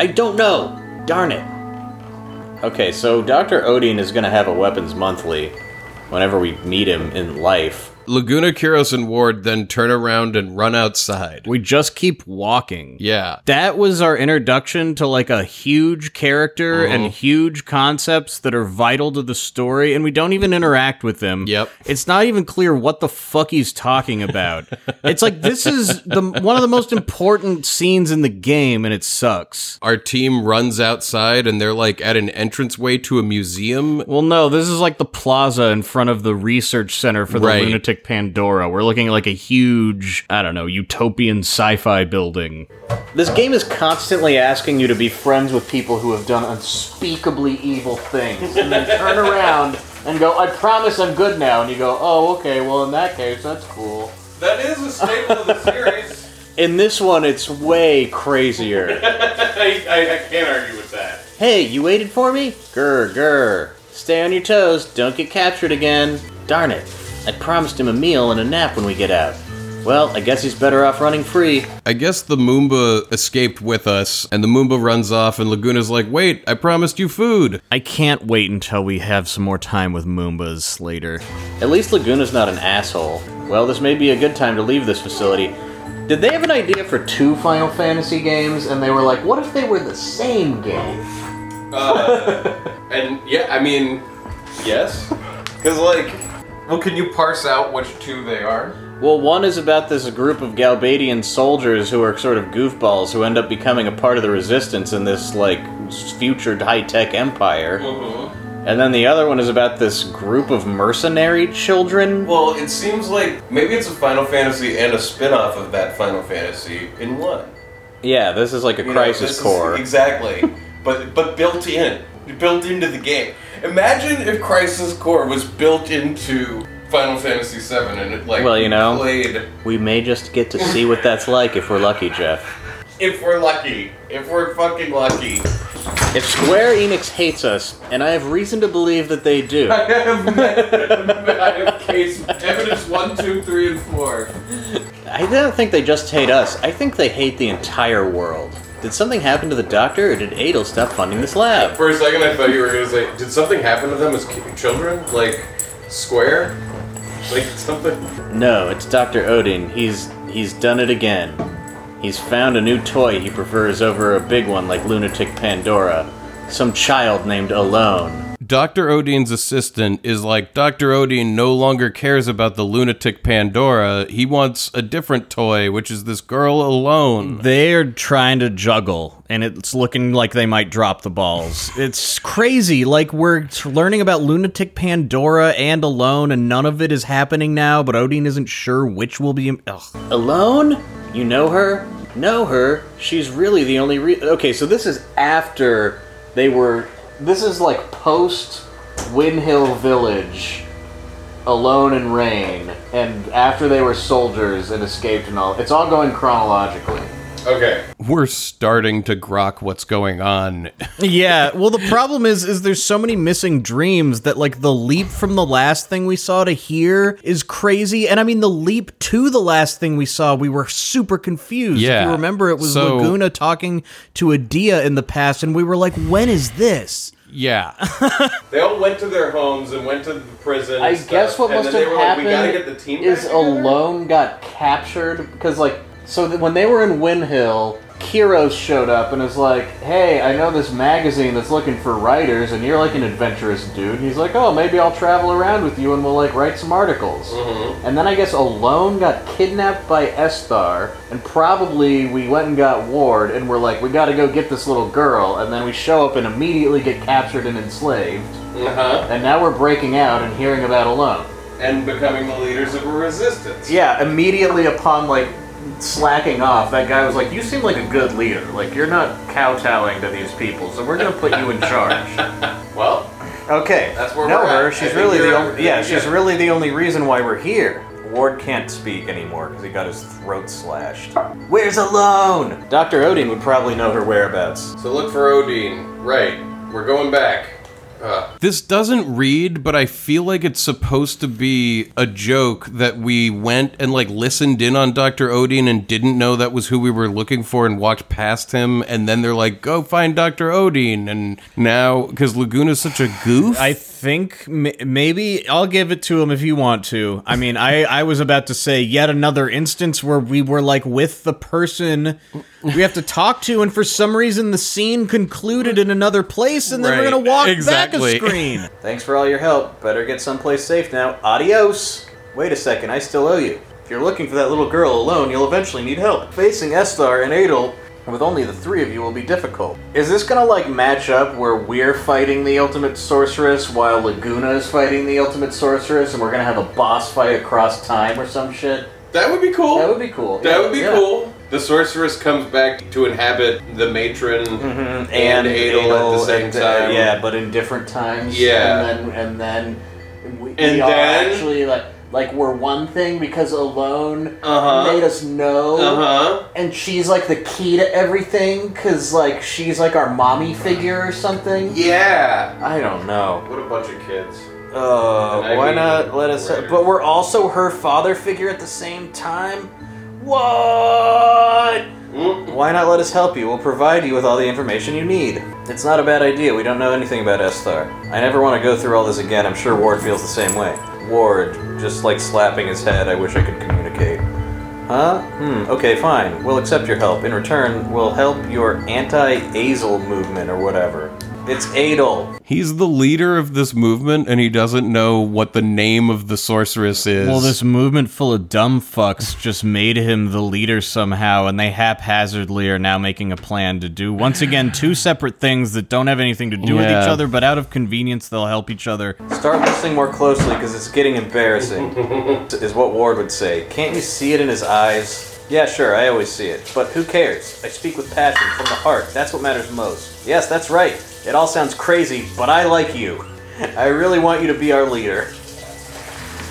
S5: I don't know. Darn it. Okay, so Dr. Odin is going to have a weapons monthly whenever we meet him in life.
S3: Laguna, Kuros, and Ward then turn around and run outside.
S4: we just keep walking.
S3: Yeah.
S4: That was our introduction to like a huge character and huge concepts that are vital to the story, and we don't even interact with them.
S3: Yep.
S4: It's not even clear what the fuck he's talking about. it's like this is the one of the most important scenes in the game, and it sucks.
S3: Our team runs outside and they're like at an entranceway to a museum.
S4: Well, no, this is like the plaza in front of the research center for the
S3: Right.
S4: lunatic Pandora. We're looking at like a huge, I don't know, utopian sci-fi building.
S5: This game is constantly asking you to be friends with people who have done unspeakably evil things, and then turn around and go, "I promise I'm good now," and you go, "Oh, okay. Well, in that case, that's cool."
S8: That is a staple of the series.
S5: In this one, it's way crazier.
S8: <laughs> I, I, I can't argue with that.
S5: hey, you waited for me? Grr, grr. Stay on your toes. Don't get captured again. Darn it! I promised him a meal and a nap when we get out. Well, I guess he's better off running free.
S3: I guess the Moomba escaped with us, and the Moomba runs off, and Laguna's like, wait, I promised you food.
S4: I can't wait until we have some more time with Moombas later.
S5: At least Laguna's not an asshole. Well, this may be a good time to leave this facility. Did they have an idea for two Final Fantasy games and they were like, what if they were the same game?
S8: Uh, And yeah, I mean, yes. Because like, well, can you parse out which two they are?
S5: Well, one is about this group of Galbadian soldiers who are sort of goofballs who end up becoming a part of the resistance in this, like, future high tech empire. And then the other one is about this group of mercenary children.
S8: Well, it seems like maybe it's a Final Fantasy and a spin-off of that Final Fantasy in one.
S5: yeah, this is like a
S8: You know,
S5: crisis
S8: this is-
S5: core.
S8: exactly. but but built in, built into the game. Imagine if Crisis Core was built into Final Fantasy VII and it like
S5: Well, you know.
S8: played.
S5: we may just get to see what that's like if we're lucky, Jeff.
S8: If we're lucky, if we're fucking lucky, <laughs>
S5: If Square Enix hates us, and I have reason to believe that they do,
S8: I have, I have case evidence one, two, three, and four.
S5: I don't think they just hate us. I think they hate the entire world. Did something happen to the doctor, or did Adel stop funding this lab?
S8: For a second, I thought you were gonna say, did something happen to them as ki- children? Like Square, like something.
S5: No, it's Dr. Odin. He's he's done it again. He's found a new toy he prefers over a big one like Lunatic Pandora. Some child named Alone.
S3: Dr. Odine's assistant is like, Dr. Odine no longer cares about the lunatic Pandora. He wants a different toy, which is this girl alone.
S4: They're trying to juggle, and it's looking like they might drop the balls. it's crazy. Like, we're t- learning about Lunatic Pandora and Alone, and none of it is happening now, but Odin isn't sure which will be. Ugh.
S5: Alone? You know her? Know her? She's really the only re- Okay, so this is after they were. This is like post Windhill Village, Alone in Rain, and after they were soldiers and escaped and all. It's all going chronologically.
S8: Okay.
S3: We're starting to grok what's going
S5: <laughs>
S3: on.
S4: yeah, well, the problem is, is there's so many missing dreams that, like, the leap from the last thing we saw to here is crazy. And I mean, the leap to the last thing we saw, we were super confused. If
S3: Yeah.
S4: you remember, it was
S3: So-
S4: Laguna talking to Adia in the past, and we were like, when is this?
S5: <laughs>
S3: yeah.
S8: They all went to their homes and went to the prison.
S5: I
S8: and stuff,
S5: guess what
S8: and
S5: must
S8: then
S5: have
S8: they were
S5: happened
S8: like, we gotta get the team
S5: is
S8: back together?"
S5: Alone got captured because, like, so that when they were in Windhill, Kiros showed up and was like, "Hey, I know this magazine that's looking for writers, and you're like an adventurous dude." And he's like, "Oh, maybe I'll travel around with you and we'll like write some articles." And then I guess Alone got kidnapped by Estar, and probably we went and got Ward, and we're like, "We got to go get this little girl," and then we show up and immediately get captured and enslaved.
S8: Uh-huh.
S5: And now we're breaking out and hearing about Alone.
S8: And becoming the leaders of a resistance.
S5: Yeah, immediately upon like slacking off, that guy was like, "You seem like a good leader. Like you're not kowtowing to these people, so we're gonna put you in <laughs> charge."
S8: Well,
S5: okay,
S8: That's where
S5: know
S8: we're at.
S5: her.
S8: I
S5: She's
S8: think
S5: really
S8: you're
S5: the
S8: on-
S5: only, yeah,
S8: yeah.
S5: she's really the only reason why we're here. Ward can't speak anymore because he got his throat slashed. Where's Alone? Doctor Odin would probably know her whereabouts.
S8: so look for Odin. Right. We're going back. Uh,
S3: This doesn't read, but I feel like it's supposed to be a joke that we went and like listened in on Dr. Odin and didn't know that was who we were looking for and walked past him. And then they're like, go find Dr. Odin. And now, because Laguna's such a goof.
S4: I think m- maybe I'll give it to him if you want to. I mean, I, I was about to say yet another instance where we were like with the person we have to talk to, and for some reason the scene concluded in another place, and then we're
S3: Right,
S4: gonna walk
S3: exactly.
S4: back a screen.
S5: Thanks for all your help. Better get someplace safe now. Adios. Wait a second, I still owe you. If you're looking for that little girl alone, you'll eventually need help. Facing Estar and Adel with only the three of you will be difficult. Is this gonna like match up where we're fighting the ultimate sorceress while Laguna is fighting the ultimate sorceress and we're gonna have a boss fight across time or some shit?
S8: that would be cool.
S5: That would be cool.
S8: That
S5: Yeah,
S8: would be
S5: yeah.
S8: cool. The sorceress comes back to inhabit the matron
S5: Mm-hmm. and
S8: Adel at the same
S5: and, uh,
S8: time.
S5: yeah, but in different times.
S8: Yeah.
S5: and then and then we,
S8: And
S5: we are
S8: then-
S5: actually like like we're one thing because alone
S8: Uh-huh.
S5: made us know,
S8: Uh-huh.
S5: and she's like the key to everything because like she's like our mommy figure or something.
S8: Yeah.
S5: I don't know.
S8: What a bunch of kids.
S5: Uh,
S8: And I
S5: why
S8: mean,
S5: not let us?
S8: writers.
S5: But we're also her father figure at the same time. What?
S8: Mm.
S5: Why not let us help you? We'll provide you with all the information you need. It's not a bad idea. We don't know anything about Esthar. I never want to go through all this again. I'm sure Ward feels the same way. Ward, just like slapping his head, I wish I could communicate. Huh? Hmm, okay, fine. We'll accept your help. In return, we'll help your anti Azel movement or whatever. It's Adel.
S3: He's the leader of this movement and he doesn't know what the name of the sorceress is.
S4: Well, this movement full of dumb fucks just made him the leader somehow, and they haphazardly are now making a plan to do once again two separate things that don't have anything to do with
S3: Yeah.
S4: each other, but out of convenience they'll help each other.
S5: Start listening more closely because it's getting
S3: <laughs>
S5: embarrassing, is what Ward would say. Can't you see it in his eyes? Yeah, sure, I always see it. But who cares? I speak with passion, from the heart. That's what matters most. Yes, that's right. It all sounds crazy, but I like you. <laughs> I really want you to be our leader.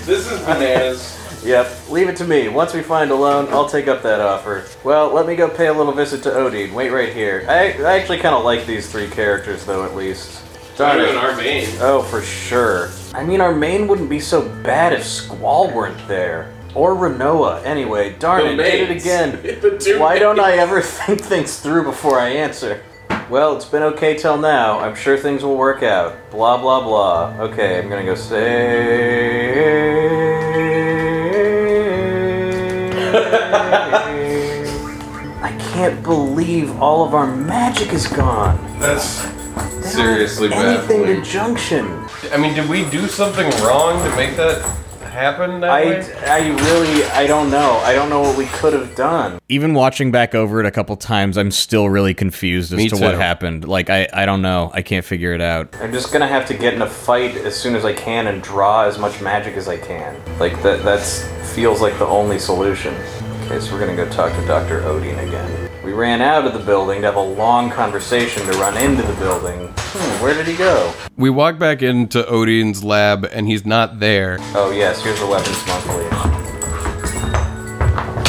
S8: This is bananas.
S5: Yep, leave it to me. Once we find a loan, I'll take up that offer. Well, let me go pay a little visit to Odin. Wait right here. I, I actually kind of like these three characters, though, at least. Darn
S8: Better
S5: it.
S8: than our main.
S5: Oh, for sure. I mean, our main wouldn't be so bad if Squall weren't there. Or Renoa, anyway. Darn
S8: The
S5: it, did it
S8: maids. <laughs>
S5: again.
S8: The two
S5: Why don't I ever <laughs> think things through before I answer? Well, it's been okay till now. I'm sure things will work out. Blah, blah, blah. Okay, I'm gonna go say. I can't believe all of our magic is gone.
S8: That's
S5: They
S8: seriously bad
S5: Anything to
S8: flu.
S5: junction.
S8: I mean, did we do something wrong to make that happen that
S5: I,
S8: way?
S5: I really, I don't know. I don't know what we could have done.
S4: Even watching back over it a couple times, I'm still really confused as
S3: Me
S4: to what
S3: too.
S4: happened. Like, I, I don't know. I can't figure it out.
S5: I'm just gonna have to get in a fight as soon as I can and draw as much magic as I can. Like that, that's feels like the only solution. Okay, so we're gonna go talk to Dr. Odin again. We ran out of the building to have a long conversation to run into the building. Hmm, where did he go?
S3: We walk back into Odin's lab and he's not there.
S5: Oh yes, here's the Weapons Monthly.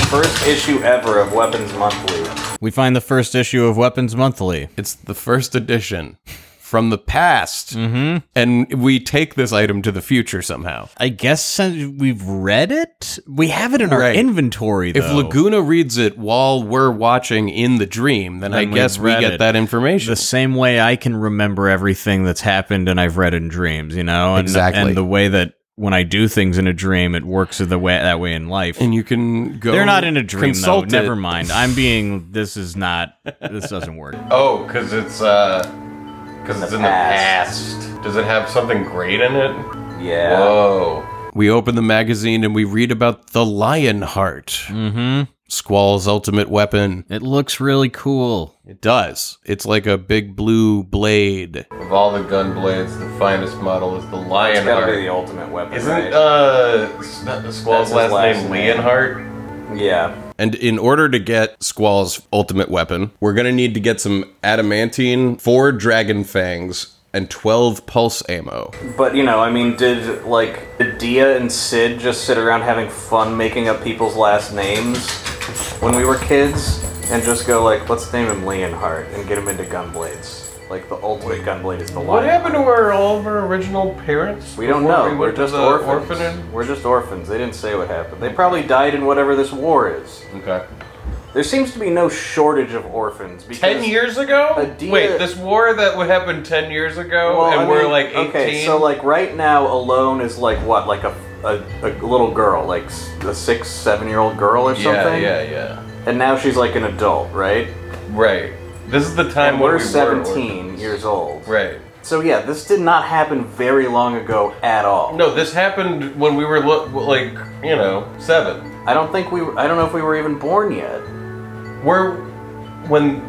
S5: First issue ever of Weapons Monthly.
S4: We find the first issue of Weapons Monthly.
S3: It's the first edition from the past. Mm-hmm. And we take this item to the future somehow.
S4: I guess since we've read it, we have it in our
S3: Right.
S4: inventory, though.
S3: If Laguna reads it while we're watching in the dream, then, I
S4: Then we
S3: guess we
S4: read
S3: get
S4: it.
S3: that information.
S4: the same way I can remember everything that's happened and I've read in dreams, you know? And,
S3: Exactly.
S4: And the way that when I do things in a dream, it works the way that way in life.
S3: and you can go.
S4: They're not in a dream, though.
S3: consult it.
S4: Never mind. I'm being, this is not, this doesn't work.
S8: Oh, because it's, uh, because it's in the
S5: past.
S8: past. Does it have something great in it? Oh.
S5: Yeah.
S8: Whoa.
S3: We open the magazine and we read about the Lionheart, mm-hmm. Squall's ultimate weapon.
S4: It looks really cool.
S3: It does. It's like a big blue blade.
S8: Of all the gun blades, the finest model is the
S5: It's gotta be the
S8: Lionheart.
S5: ultimate weapon.
S8: Isn't
S5: right?
S8: uh S- uh, Squall's
S5: That's
S8: last,
S5: his
S8: name
S5: last name.
S8: Leonhart?
S5: yeah.
S3: And in order to get Squall's ultimate weapon, we're going to need to get some adamantine, four dragon fangs, and 12 pulse ammo.
S5: But you know, I mean, did like did Dia and Sid just sit around having fun making up people's last names when we were kids and just go like, let's name him Leonhardt and get him into gunblades. Like the ultimate gunblade is the lion.
S8: What happened to our all of our original parents?
S5: We don't
S8: before
S5: know.
S8: We
S5: We're
S8: went to
S5: just
S8: the
S5: orphans.
S8: orphanage.
S5: We're just orphans. They didn't say what happened. They probably died in whatever this war is.
S8: Okay.
S5: There seems to be no shortage of orphans. Because
S8: Ten years ago?
S5: Adia-
S8: Wait, this war that would happen ten years ago,
S5: Well,
S8: and
S5: I
S8: we're
S5: mean,
S8: like eighteen.
S5: Okay, so like right now, alone is like what, like a a, a little girl, like s- a six, seven year old girl or
S8: yeah,
S5: something.
S8: yeah, yeah.
S5: And now she's like an adult, right?
S8: Right. This is the time
S5: And
S8: when
S5: we're
S8: we were
S5: seventeen
S8: orphans.
S5: years old.
S8: Right.
S5: So yeah, this did not happen very long ago at all.
S8: No, this happened when we were lo- like you know seven.
S5: I don't think we. I don't know if we were even born yet.
S8: We're when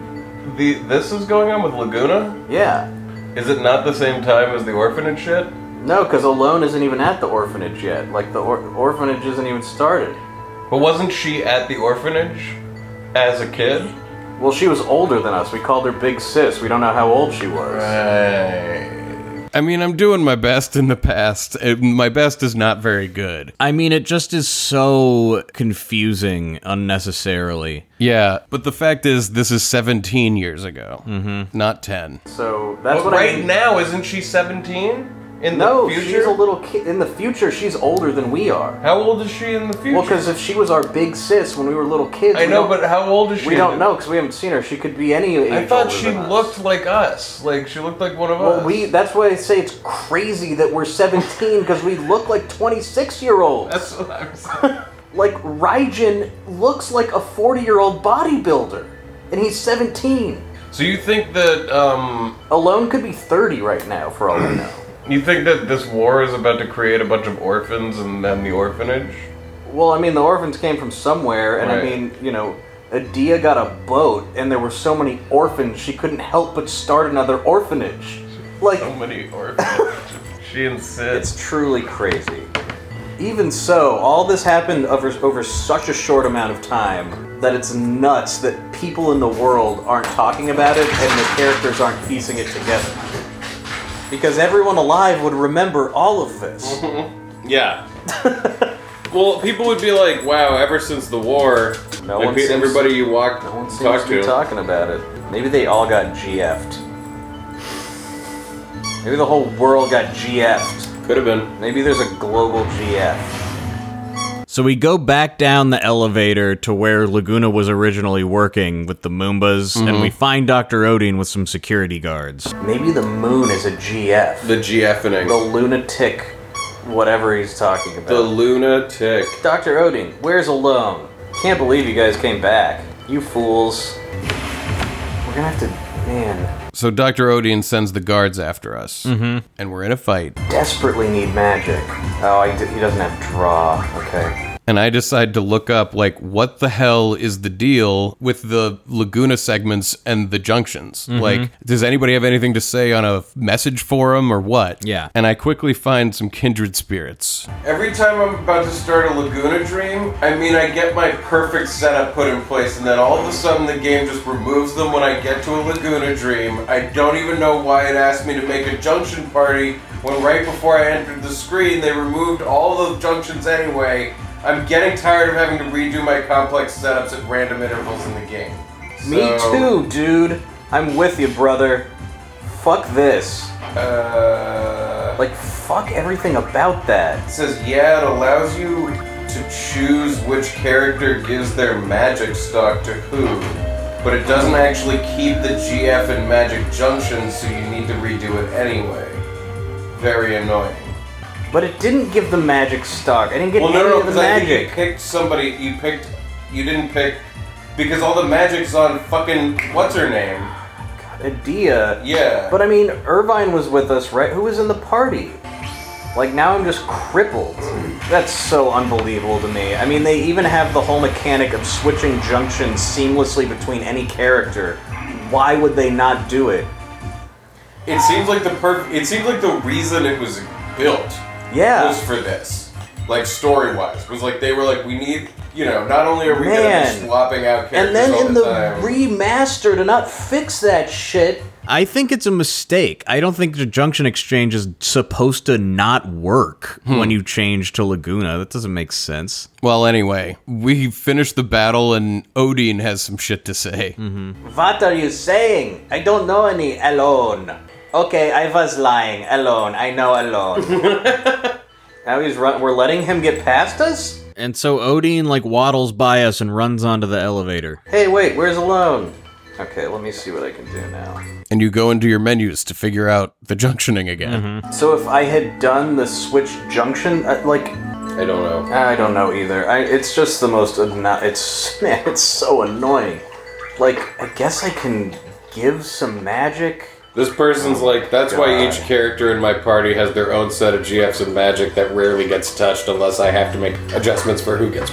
S8: the this is going on with Laguna.
S5: Yeah.
S8: Is it not the same time as the orphanage shit?
S5: No, because Alone isn't even at the orphanage yet. Like, the or- orphanage isn't even started.
S8: But wasn't she at the orphanage as a kid?
S5: Well, she was older than us. We called her Big Sis. We don't know how old she was.
S8: Right.
S3: I mean, I'm doing my best in the past, and my best is not very good.
S4: I mean, it just is so confusing unnecessarily.
S3: Yeah, but the fact is, this is 17 years ago, mm-hmm. not 10.
S5: So, that's
S8: But
S5: what
S8: right
S5: I mean.
S8: now, isn't she seventeen? In
S5: No,
S8: the future,
S5: she's a little kid. In the future, she's older than we are.
S8: how old is she in the future?
S5: Well, because if she was our Big Sis when we were little kids,
S8: I
S5: we
S8: know,
S5: don't-
S8: but how old is she?
S5: we don't know because we haven't seen her. She could be any age.
S8: I thought
S5: older
S8: she
S5: than us.
S8: looked like us. Like she looked like one of
S5: Well,
S8: us.
S5: we, that's why I say it's crazy that we're 17 because we look like 26 year
S8: <laughs>
S5: olds.
S8: That's what I'm <laughs> saying.
S5: Like Raijin looks like a 40 year old bodybuilder, and he's 17.
S8: so you think that um,
S5: Alone could be 30 right now, for all <clears throat> I know.
S8: you think that this war is about to create a bunch of orphans and then the orphanage?
S5: Well, I mean, the orphans came from somewhere, and I
S8: Right.
S5: mean, you know, Adia got a boat, and there were so many orphans, she couldn't help but start another orphanage. Like,
S8: So many <laughs> orphans. she insists.
S5: It's truly crazy. Even so, all this happened over, over such a short amount of time that it's nuts that people in the world aren't talking about it and the characters aren't piecing it together. Because everyone alive would remember all of this.
S8: Yeah. <laughs> well, people would be like, "Wow!" Ever since the war,
S5: No
S8: like,
S5: one
S8: pe-
S5: seems-
S8: everybody you walk
S5: No one seems
S8: talk
S5: to be
S8: to.
S5: talking about it. Maybe they all got GF'd. Maybe the whole world got GF'd.
S8: Could have been.
S5: Maybe there's a global GF.
S4: So we go back down the elevator to where Laguna was originally working with the Moombas,
S8: Mm-hmm.
S4: and we find Dr. Odin with some security guards.
S5: Maybe the moon is a GF.
S8: The GFing.
S5: The lunatic, whatever he's talking about.
S8: The lunatic.
S5: Dr. Odin, where's Alone? Can't believe you guys came back. You fools. We're gonna have to. Man.
S9: So Dr. Odeon sends the guards after us. Mm-hmm. And we're in a fight.
S5: Desperately need magic. Oh, I d- he doesn't have draw. Okay.
S9: And I decide to look up, like, what the hell is the deal with the Laguna segments and the junctions? Like, does anybody have anything to say on a message forum or what?
S10: Yeah.
S9: And I quickly find some kindred spirits.
S3: Every time I'm about to start a Laguna dream, I mean, I get my perfect setup put in place, and then all of a sudden the game just removes them when I get to a Laguna dream. I don't even know why it asked me to make a junction party when right before I entered the screen they removed all the junctions anyway. I'm getting tired of having to redo my complex setups at random intervals in the game. So,
S5: Me too, dude. I'm with you, brother. Fuck this.
S3: Uh,
S5: Like, fuck everything about that.
S3: It says, yeah, it allows you to choose which character gives their magic stock to who, but it doesn't actually keep the GF in Magic Junction, so you need to redo it anyway. Very annoying.
S5: But it didn't give the magic stock. I didn't get
S3: Well,
S5: any
S3: no, no,
S5: of the
S3: because I think you
S5: magic.
S3: picked somebody. You picked. You didn't pick. Because all the magic's on fucking. What's her name?
S5: Adia.
S3: Yeah.
S5: But I mean, Irvine was with us, right? Who was in the party? Like now I'm just crippled. That's so unbelievable to me. I mean, they even have the whole mechanic of switching junctions seamlessly between any character. Why would they not do it?
S3: It seems like the perf- It seems like the reason it was built
S5: Yeah.
S3: was for this. Like story wise, was like they were like, we need, you know, not only are we gonna
S5: Man.
S3: be swapping out characters
S5: And then
S3: all
S5: in
S3: the,
S5: the
S3: time,
S5: remaster to not fix that shit.
S4: I think it's a mistake. I don't think the junction exchange is supposed to not work
S3: Hmm.
S4: when you change to Laguna. That doesn't make sense.
S9: Well, anyway, we finish the battle, and Odin has some shit to say.
S5: Mm-hmm. What are you saying? I don't know any alone. Okay, I was lying. Alone. I know
S3: <laughs>
S5: alone. now he's run- we're letting him get past us?
S4: And so Odin like waddles by us and runs onto the elevator.
S5: Hey, wait, where's alone? Okay, let me see what I can do now.
S9: And you go into your menus to figure out the junctioning again.
S5: So if I had done the switch junction, uh, like
S3: I don't know.
S5: I don't know either. I, it's just the most anno- it's <laughs> man, it's so annoying. Like I guess I can give some magic.
S3: This person's like, that's why each character in my party has their own set of GFs and magic that rarely gets touched unless I have to make adjustments for who gets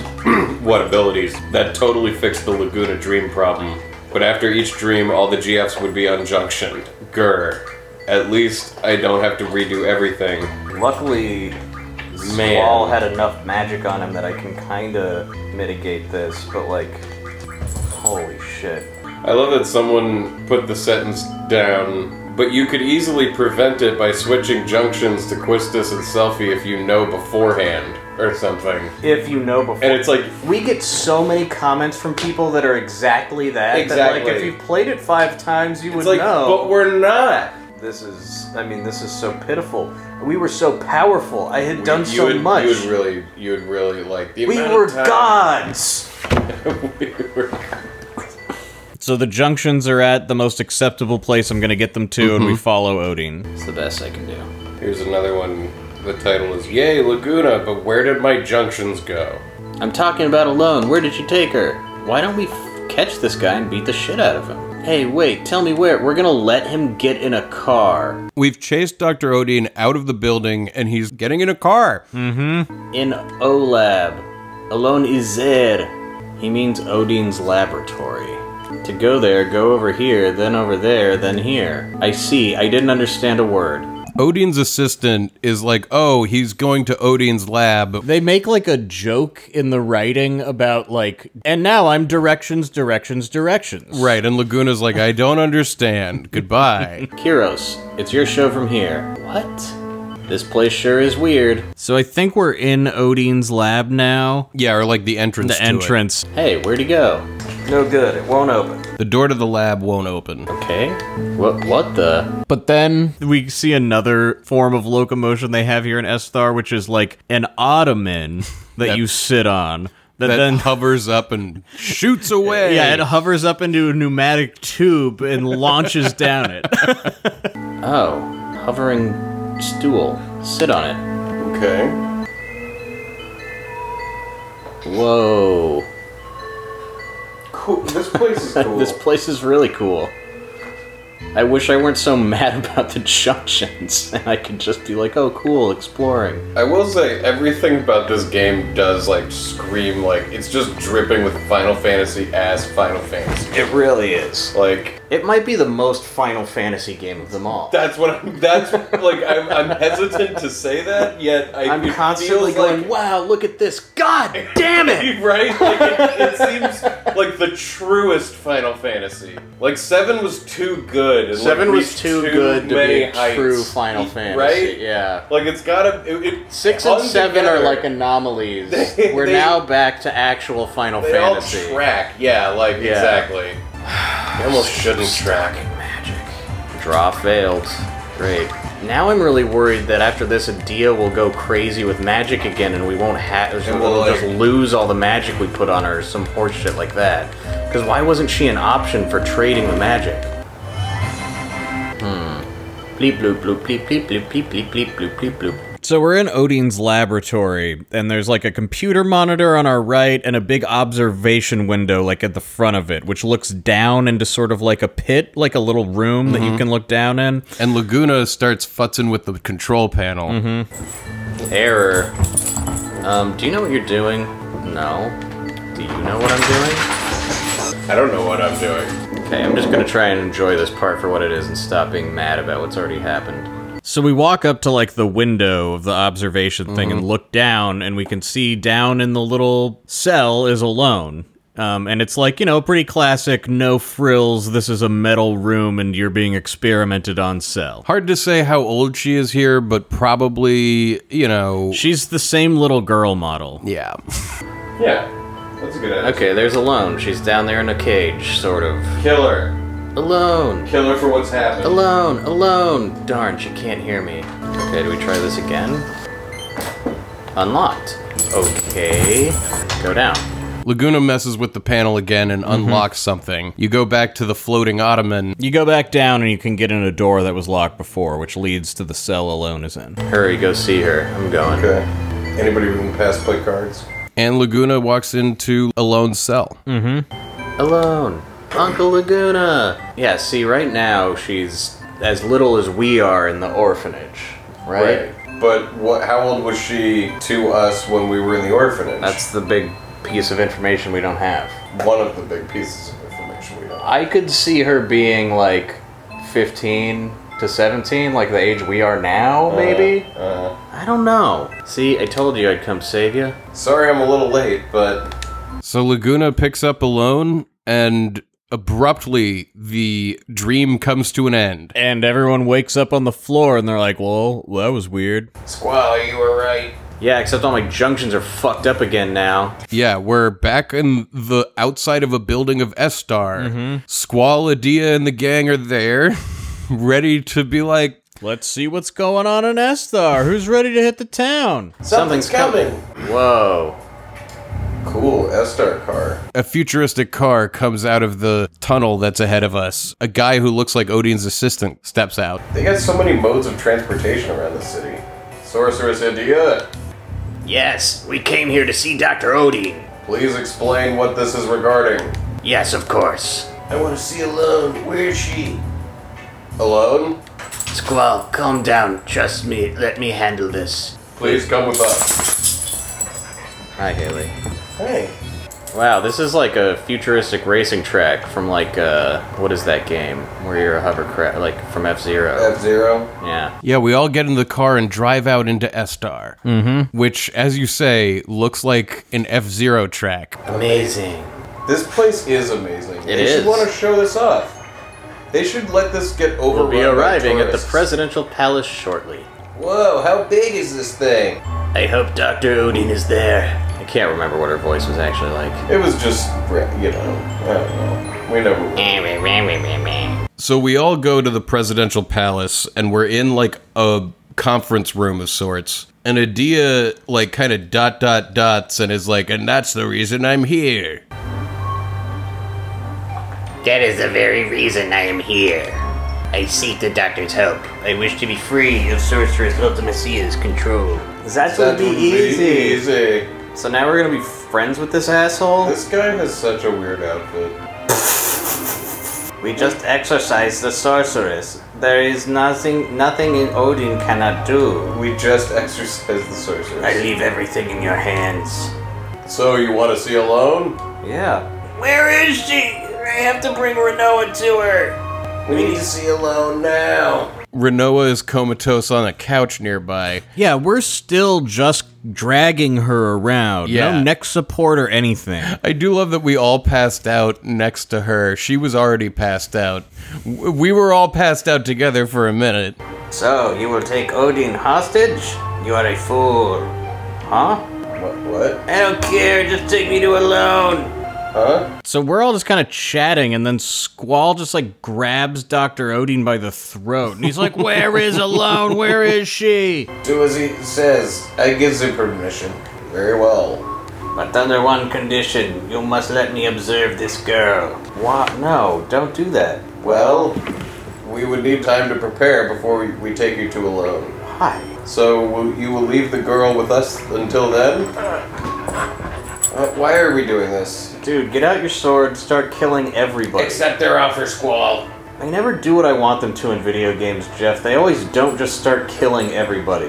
S3: <clears throat> what abilities. That totally fixed the Laguna dream problem. But after each dream, all the GFs would be unjunctioned. Grr. At least I don't have to redo everything.
S5: Luckily,
S3: Man.
S5: Squall had enough magic on him that I can kind of mitigate this. But like, holy shit.
S3: I love that someone put the sentence down, but you could easily prevent it by switching junctions to Quistis and Selfie if you know beforehand or something.
S5: If you know before.
S3: And it's like,
S5: We get so many comments from people that are exactly that. That, like, if
S3: Exactly.
S5: you played it five times, you
S3: it's
S5: would
S3: like, but
S5: know.
S3: we're not.
S5: this is, I mean, this is so pitiful. We were so powerful. I had done
S3: you
S5: so
S3: would,
S5: much.
S3: You would really, you would really like the
S5: we
S3: amount
S5: were
S3: of time-
S5: gods.
S3: <laughs> we were
S4: So the junctions are at the most acceptable place I'm going to get them to and we follow Odin.
S10: It's the best I can do.
S3: Here's another one. The title is Yay Laguna, but where did my junctions go?
S10: I'm talking about alone. Where did you take her? Why don't we f- catch this guy and beat the shit out of him? Hey, wait, tell me where. We're gonna let him get in a car.
S9: We've chased Dr. Odin out of the building, and he's getting in a car.
S10: In OLAB. Alone is there. He means Odin's laboratory. To go there, go over here, then over there, then here. I see, I didn't understand a word.
S9: Odin's assistant is like, oh, he's going to Odin's lab.
S4: They make like a joke in the writing about like and now I'm directions directions directions.
S9: Right, and Laguna's like, I don't understand. Goodbye.
S10: Kiros, it's your show from here. What? This place sure is weird.
S4: So I think we're in Odin's lab now.
S9: Yeah, or like the entrance.
S4: The
S9: to it.
S4: entrance.
S10: Hey, where'd he go?
S5: No good. It won't open.
S9: The door to the lab won't open.
S10: Okay. What? What the?
S4: But then we see another form of locomotion they have here in Esthar, which is like an ottoman that, you sit on. That,
S9: That
S4: then
S9: hovers up and shoots away.
S4: yeah, it hovers up into a pneumatic tube and launches down it.
S10: Oh, hovering stool. Sit on it.
S3: Okay.
S10: Whoa. <laughs>
S3: Cool. This place is
S9: <laughs>
S3: cool.
S10: This place is really cool.
S5: I wish I
S10: <laughs>
S5: weren't so mad about the junctions and I could just be like, oh, cool, exploring.
S3: I will say everything about this game does like scream like it's just dripping with Final Fantasy as Final Fantasy.
S5: It really is.
S3: Like
S5: <laughs> It might be the most Final Fantasy game of them all.
S3: that's what I'm. That's like I'm. I'm hesitant to say that yet. I,
S5: I'm
S3: it
S5: constantly
S3: feels
S5: going,
S3: like-
S5: wow, look at this. God damn
S3: <laughs>
S5: it!
S3: Right? Like it, it seems like the truest Final Fantasy. Like seven was too good. and, like,
S5: <laughs> Seven was
S3: reached
S5: too good to
S3: many
S5: be a true
S3: heights.
S5: Final
S3: Right?
S5: Fantasy. Yeah.
S3: Like it's gotta. It, it
S5: Six
S3: hung
S5: and seven are
S3: together.
S5: like <laughs> anomalies.
S3: They-
S5: We're
S3: they-
S5: now back to actual Final
S3: They
S5: Fantasy.
S3: all track. Yeah. Like
S5: Yeah.
S3: exactly.
S5: <sighs>
S3: They almost shouldn't track.
S5: Magic. Draw failed. Great. Now I'm really worried that after this, Adia will go crazy with magic again, and we won't have. We'll,
S3: we'll, like-
S5: just lose all the magic we put on her, or some horseshit like that. Because why wasn't she an option for trading the magic? Hmm. Bleep bloop bloop bleep bleep bleep bleep bleep bleep bloop bleep bloop.
S4: So we're in Odin's laboratory, and there's like a computer monitor on our right and a big observation window, like at the front of it, which looks down into sort of like a pit, like a little room that you can look down in.
S11: And Laguna starts futzing with the control panel.
S5: Mm-hmm. Error. Um, do you know what you're doing? No. Do you know what I'm doing?
S3: I don't know what I'm doing.
S5: Okay, I'm just gonna try and enjoy this part for what it is and stop being mad about what's already happened.
S4: So we walk up to like the window of the observation thing and look down, and we can see down in the little cell is alone. Um, and it's like, you know, pretty classic, no frills, this is a metal room and you're being experimented on cell.
S11: Hard to say how old she is here, but probably, you know.
S4: She's the same little girl model.
S11: Yeah.
S3: <laughs> Yeah, that's a good idea.
S5: Okay, there's alone. She's down there in a cage, sort of.
S3: Killer.
S5: Alone,
S3: Killer for what's happened.
S5: alone, alone. Darn, she can't hear me. Okay, do we try this again? Unlocked. Okay, go down.
S11: Laguna messes with the panel again
S5: Mm-hmm.
S11: and unlocks something. You go back to the floating ottoman.
S4: You go back down and you can get in a door that was locked before, which leads to the cell alone is in.
S5: Hurry, go see her. I'm going.
S3: Okay. Anybody who can pass play cards?
S11: And Laguna walks into Alone's cell.
S5: Alone, Uncle Laguna. Yeah, see, right now she's as little as we are in the orphanage, right?
S3: But what? How old was she to us when we were in the orphanage?
S5: That's the big piece of information we don't have.
S3: one of the big pieces of information we don't.
S5: I could see her being like 15 to 17, like the age we are now, maybe?
S3: Uh,
S5: I don't know. See, I told you I'd come save you.
S3: sorry, I'm a little late, but
S11: So Laguna picks up Alone, and abruptly the dream comes to an end.
S4: And everyone wakes up on the floor and they're like, well, that was weird.
S12: Squall, you were right.
S5: Yeah, except all my junctions are fucked up again now.
S11: Yeah, we're back in the outside of a building of Estar. Squall, Adia, and the gang are there, <laughs> ready to be like,
S4: Let's see what's going on in Esthar. Who's ready to hit the town?
S5: Something's coming. Whoa.
S3: cool. Estar car.
S11: a futuristic car comes out of the tunnel that's ahead of us. A guy who looks like Odin's assistant steps out.
S3: They got so many modes of transportation around the city. Sorceress India,
S5: Yes, we came here to see Dr. Odin.
S3: please explain what this is regarding.
S5: Yes, of course.
S12: I want to see alone. Where is she?
S3: Alone?
S5: Squall, calm down. Trust me. Let me handle this.
S3: Please come with us.
S5: Hi, Haley.
S3: Hey.
S5: Wow, this is like a futuristic racing track from like uh, what is that game where you're a hovercraft, like from F Zero?
S3: F Zero.
S5: Yeah.
S11: Yeah, we all get in the car and drive out into Estar, mm-hmm. which, as you say, looks like an F Zero track.
S5: Amazing.
S3: This place is amazing. It they
S5: is.
S3: should want to show this off. They should let this get over.
S5: We'll be arriving at the presidential palace shortly.
S3: Whoa! How big is this thing?
S5: I hope Doctor Odin is there. I can't remember what her voice was actually like.
S3: It was just, re- you know, I don't know. We never. Will.
S11: So we all go to the presidential palace and we're in like a conference room of sorts. And Adia like kind of dot dot dots and is like, and that's the reason I'm here.
S13: That is the very reason I am here. I seek the doctor's help. I wish to be free of Sorceress Ultimacia's control.
S5: That's
S3: That would easy.
S5: So now we're gonna be friends with this asshole.
S3: This guy has such a weird outfit.
S5: We just exorcise the sorceress. There is nothing nothing in Odin cannot do.
S14: We just <laughs> exercised the
S5: I
S14: sorceress.
S5: leave everything in your hands.
S14: So you want to see alone?
S5: Yeah.
S13: Where is she? I have to bring Renoa to her.
S15: We need to see alone now.
S3: Renoa is comatose on a couch nearby.
S4: Yeah, we're still just dragging her around.
S3: Yeah.
S4: No neck support or anything.
S3: I do love that we all passed out next to her. She was already passed out. W- We were all passed out together for a minute.
S5: So you will take Odin hostage? You are a fool. Huh?
S14: What? What?
S5: I don't care, just take me to alone.
S14: Huh?
S4: So we're all just kind of chatting, and then Squall just like grabs Dr. Odin by the throat. And he's like, Where is Alone? Where is she?
S14: Do as he says. I gives him permission. Very well.
S5: But under one condition, you must let me observe this girl. What no, don't do that.
S14: Well, we would need time to prepare before we, we take you to alone.
S5: Hi.
S14: So will, you will leave the girl with us until then? Uh, why are we doing this?
S5: Dude, get out your sword, start killing everybody.
S15: Accept their offer, Squall.
S5: I never do what I want them to in video games, Jeff. They always don't just start killing everybody.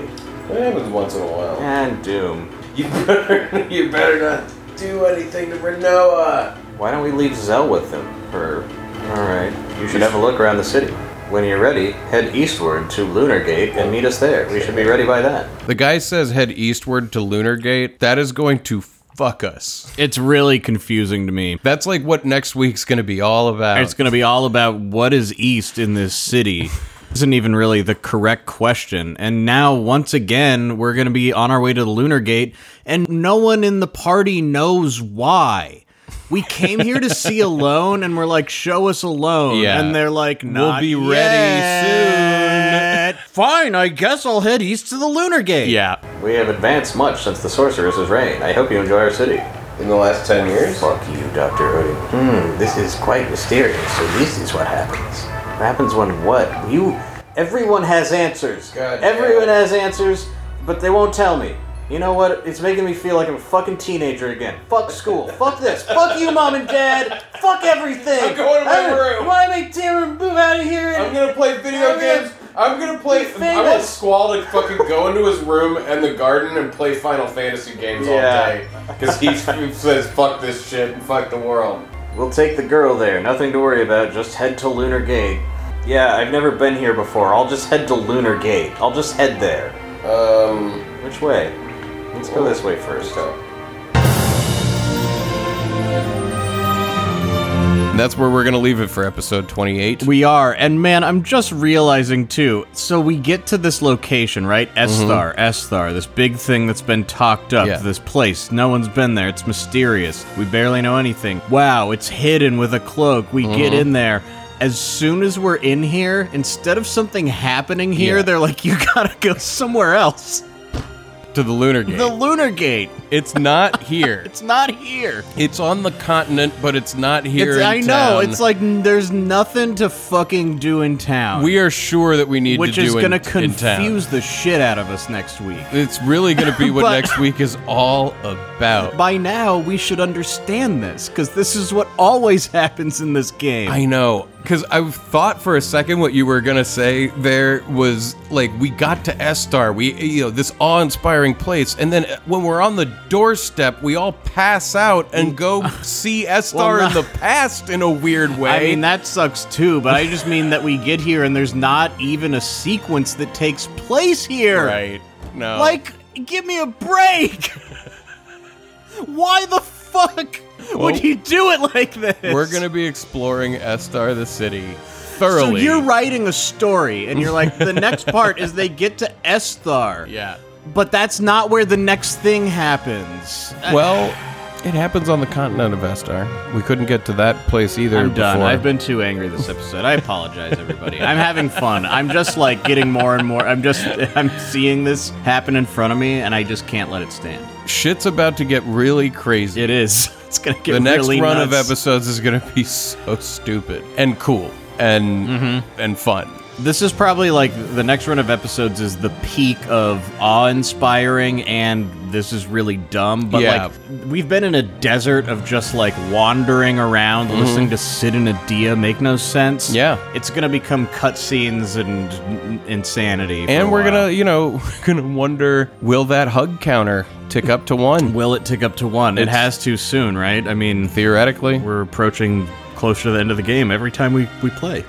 S14: It happens once in a while.
S5: And Doom.
S15: <laughs> You better, you better not do anything to Renoa.
S5: Why don't we leave Zell with them? Or, alright, you should have a look around the city. When you're ready, head eastward to Lunar Gate and meet us there. We should be ready by that.
S3: The guy says head eastward to Lunar Gate. That is going to fuck us.
S4: It's really confusing to me.
S3: That's like what next week's going to be all about.
S4: It's going to be all about what is east in this city. Isn't even really the correct question. And now, once again, we're going to be on our way to the Lunar Gate, and no one in the party knows why. We came here to <laughs> see alone, and we're like, show us alone.
S3: Yeah.
S4: And they're like, Not
S3: be ready
S4: yet." Fine, I guess I'll head east to the Lunar Gate.
S3: yeah.
S5: We have advanced much since the Sorceress's reign. I hope you enjoy our city.
S14: In the last ten years?
S5: Fuck you, Dr. Odin. Hmm, this is quite mysterious, so this is what happens. What happens when what? You. Everyone has answers.
S14: God
S5: Everyone
S14: damn it.
S5: has answers, but they won't tell me. You know what? It's making me feel like I'm a fucking teenager again. Fuck
S14: <laughs>
S5: school. Fuck this. Fuck you, mom and dad. Fuck everything.
S14: I'm going to my
S5: I'm-
S14: room.
S5: Why am I tearing move out of here?
S14: I'm gonna play video
S5: I'm gonna
S14: games. I'm gonna play.
S5: be
S14: I want
S5: famous.
S14: Squall to fucking go into his room and the garden and play Final Fantasy games
S5: Yeah.
S14: all day because he <laughs> says fuck this shit and fuck the world.
S5: We'll take the girl there. Nothing to worry about. Just head to Lunar Gate. Yeah, I've never been here before. I'll just head to Lunar Gate. I'll just head there.
S14: Um.
S5: Which way? Let's go this way first. uh,
S14: So.
S3: That's where we're going to leave it for episode 28.
S4: We are, and man, I'm just realizing too. So we get to this location, right? Esthar, Esthar, this big thing that's been talked up,
S3: Mm-hmm. Yeah.
S4: this place. No one's been there. It's mysterious. We barely know anything. Wow, it's hidden with a cloak. We
S3: Mm-hmm.
S4: get in there. As soon as we're in here, instead of something happening here,
S3: Yeah.
S4: they're like, you gotta go somewhere else.
S3: to the Lunar Gate.
S4: The Lunar Gate.
S3: it's
S4: <laughs>
S3: not here.
S4: It's not here.
S3: it's on the continent, but it's not
S4: It's-
S3: here. in
S4: I know.
S3: town.
S4: It's like n- there's nothing to fucking do in town.
S3: we are sure that we need
S4: which
S3: to do
S4: is
S3: in-
S4: going to
S3: in town.
S4: confuse the shit out of us next week.
S3: It's really going to be what
S4: <laughs> But-
S3: next week is all about.
S4: By now, we should understand this because this is what always <laughs> happens in this game.
S3: I know, because I thought for a second what you were gonna say there was like we got to Estar, we you know this awe-inspiring place, and then uh, when we're on the doorstep, we all pass out
S4: Mm.
S3: and
S4: <laughs>
S3: go see Estar
S4: not-
S3: in the past in a weird way.
S4: I mean, that sucks too, but I just mean that we get here and there's not even a sequence that takes place here.
S3: right? No,
S4: Like, give me a break! <laughs> Why the fuck
S3: Well,
S4: would you do it like this?
S3: we're gonna be exploring Estar the city
S4: So
S3: thoroughly.
S4: you're writing a story, and you're like, the next <laughs> part is they get to Esthar.
S3: Yeah.
S4: But that's not where the next thing happens.
S3: Well, it happens on the continent of Estar. We couldn't get to that place either.
S4: I'm done.
S3: before.
S4: I've been too angry this episode. I apologize, everybody. I'm having fun. I'm just like getting more and more. I'm just <laughs> I'm seeing this happen in front of me, and I just can't let it stand.
S3: Shit's about to get really crazy.
S4: It is. <laughs> It's gonna get
S3: the next
S4: really
S3: run of
S4: nuts.
S3: <laughs>
S4: Mm-hmm.
S3: episodes is going to be so stupid and cool and and fun.
S4: This is probably like the next run of episodes is the peak of awe inspiring and this is really dumb. But
S3: Yeah.
S4: like we've been in a desert of just like wandering around listening to Sid and Adia make no sense.
S3: Mm-hmm. Yeah.
S4: It's gonna become cutscenes and n- insanity. for
S3: And
S4: a
S3: we're
S4: while.
S3: gonna, you know, <laughs> we're gonna wonder will that hug counter tick up to one?
S4: Will it tick up to one? It
S3: It's-
S4: has to soon, right? I mean
S3: Theoretically,
S4: we're approaching closer to the end of the game every time we, we play.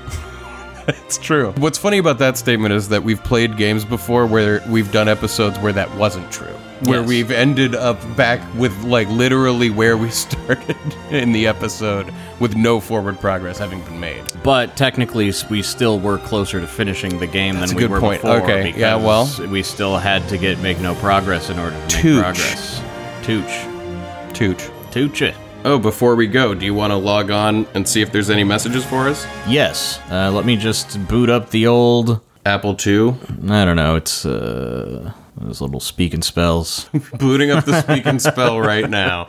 S3: it's true. What's funny about that statement is that we've played games before where we've done episodes where that wasn't true, where
S4: Yes.
S3: we've ended up back with like literally where we <laughs> started in the episode with no forward progress having been made.
S4: But technically, s- we still were closer to finishing the game
S3: That's a
S4: than we
S3: good
S4: were
S3: point.
S4: before.
S3: Okay,
S4: because
S3: yeah, well.
S4: we still had to get make no progress in order to
S3: Tooch.
S4: make progress. Tooch,
S3: Tooch.
S4: tooch it.
S3: Oh, before we go, do you want to log on and see if there's any messages for us?
S4: Yes. Uh, let me just boot up the old.
S3: Apple II,
S4: I don't know. It's uh, those little speaking
S3: <laughs>
S4: spells.
S3: booting up the speak and spell right now.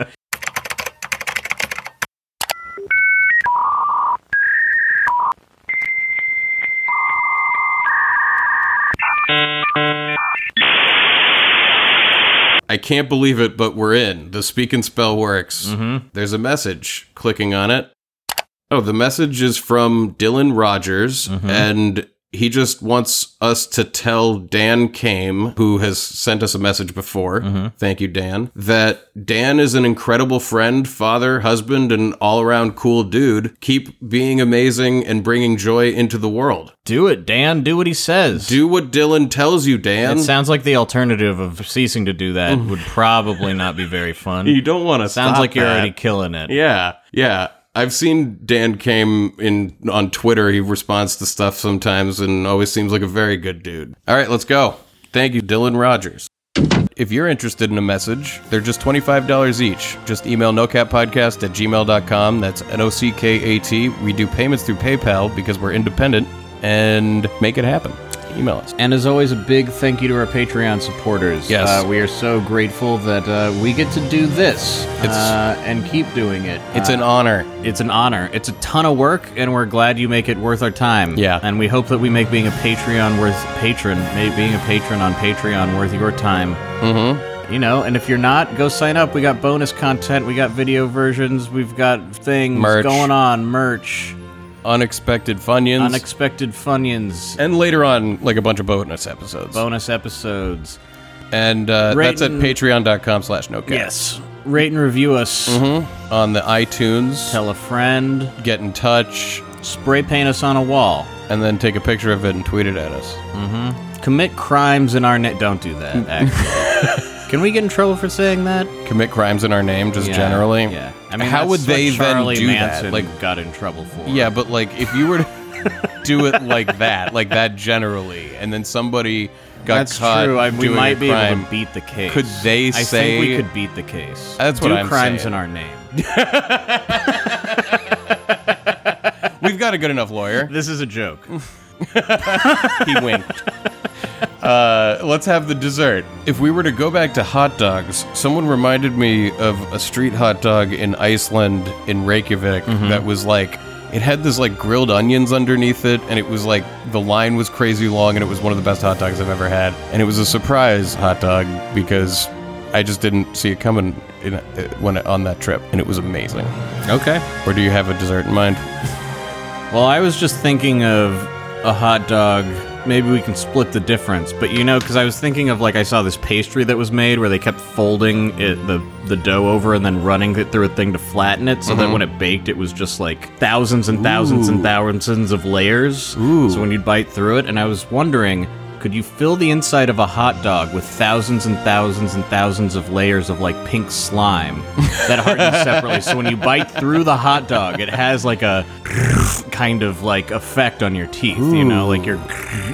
S3: I can't believe it, but we're in. The speak and spell works. There's a message. Clicking on it. Oh, the message is from Dylan Rogers,
S4: Mm-hmm.
S3: and he just wants us to tell Dan Kame, who has sent us a message before.
S4: Mm-hmm.
S3: Thank you, Dan. That Dan is an incredible friend, father, husband, and all around cool dude. Keep being amazing and bringing joy into the world.
S4: Do it, Dan. Do what he says.
S3: Do what Dylan tells you, Dan.
S4: It sounds like the alternative of ceasing to do that would probably not be very fun.
S3: Mm. <laughs> you don't want to
S4: Sounds like you're already killing it.
S3: Yeah, yeah. I've seen Dan came in on Twitter. He responds to stuff sometimes and always seems like a very good dude. All right, let's go. Thank you, Dylan Rogers. If you're interested in a message, they're just $25 each. Just email nocatpodcast at gmail.com. That's N O C K A T. We do payments through PayPal because we're independent and make it happen. Email us.
S4: And as always, a big thank you to our Patreon supporters.
S3: Yes.
S4: Uh, we are so grateful that uh, we get to do this
S3: It's-
S4: uh, and keep doing it.
S3: It's
S4: Uh,
S3: an honor.
S4: it's an honor. It's a ton of work, and we're glad you make it worth our time.
S3: Yeah.
S4: And we hope that we make being a Patreon worth patron, make being a patron on Patreon worth your time. Mm-hmm. You know, and if you're not, go sign up. We got bonus content. We got video versions. We've got things
S3: Merch.
S4: going on. Merch,
S3: Unexpected Funyuns.
S4: unexpected funyuns,
S3: and later on, like a bunch of bonus episodes.
S4: bonus episodes.
S3: and uh,
S4: Rate
S3: that's at
S4: and-
S3: patreon.com slash nocast
S4: Yes. Rate and review us.
S3: Mm-hmm. on the itunes
S4: Tell a friend.
S3: get in touch
S4: Spray paint us on a wall.
S3: and then take a picture of it and tweet it at us
S4: Commit crimes in our net. Don't do
S3: <laughs>
S4: that, actually. Can we get in trouble for saying that?
S3: commit crimes in our name just
S4: Yeah,
S3: generally
S4: Yeah. I mean,
S3: how
S4: that's
S3: would
S4: what
S3: they
S4: Charlie
S3: then do
S4: Manson
S3: that like
S4: got in trouble for.
S3: yeah but like if you were to <laughs> do it like that like that generally and then somebody got
S4: that's
S3: caught
S4: true. I, we
S3: doing
S4: might
S3: a
S4: be
S3: crime.
S4: able to beat the case.
S3: Could they
S4: I
S3: say-
S4: think we could beat the case?
S3: That's
S4: do
S3: what I'm
S4: crimes in
S3: saying.
S4: our
S3: <laughs>
S4: name.
S3: we've got a good enough lawyer
S4: This is a
S3: <laughs>
S4: joke.
S3: he winked. Uh, let's have the dessert. If we were to go back to hot dogs, someone reminded me of a street hot dog in Iceland in Reykjavik
S4: Mm-hmm.
S3: that was like it had this like grilled onions underneath it and it was like the line was crazy long and it was one of the best hot dogs I've ever had and it was a surprise hot dog because I just didn't see it coming in, uh, when on that trip and it was amazing.
S4: okay.
S3: Or do you have a dessert in mind?
S4: Well, I was just thinking of a hot dog. Maybe we can split the difference, but you know, because I was thinking of like I saw this pastry that was made where they kept folding it, the the dough over and then running it through a thing to flatten it, so
S5: Mm-hmm.
S4: that when it baked, it was just like thousands and thousands and thousands of layers.
S3: Ooh.
S4: So when you'd bite through it, and I was wondering, could you fill the inside of a hot dog with thousands and thousands and thousands of layers of like pink
S5: <laughs>
S4: slime that hardens separately? So when you bite through the hot dog, it has like a kind of like effect on your teeth. You know, like you're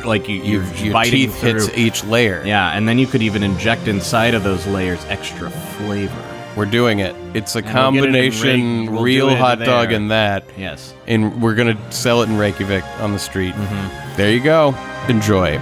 S4: like you, you're
S3: your
S4: biting
S3: teeth
S4: through.
S3: hits each layer.
S4: yeah, and then you could even inject inside of those layers extra flavor.
S3: We're doing it. It's a
S4: we'll get it in
S3: combination
S4: Rey- we'll
S3: real
S4: do it
S3: hot dog
S4: there.
S3: and that.
S4: Yes. Mm-hmm.
S3: And we're going to sell it in Reykjavik on the street. There you go. Enjoy.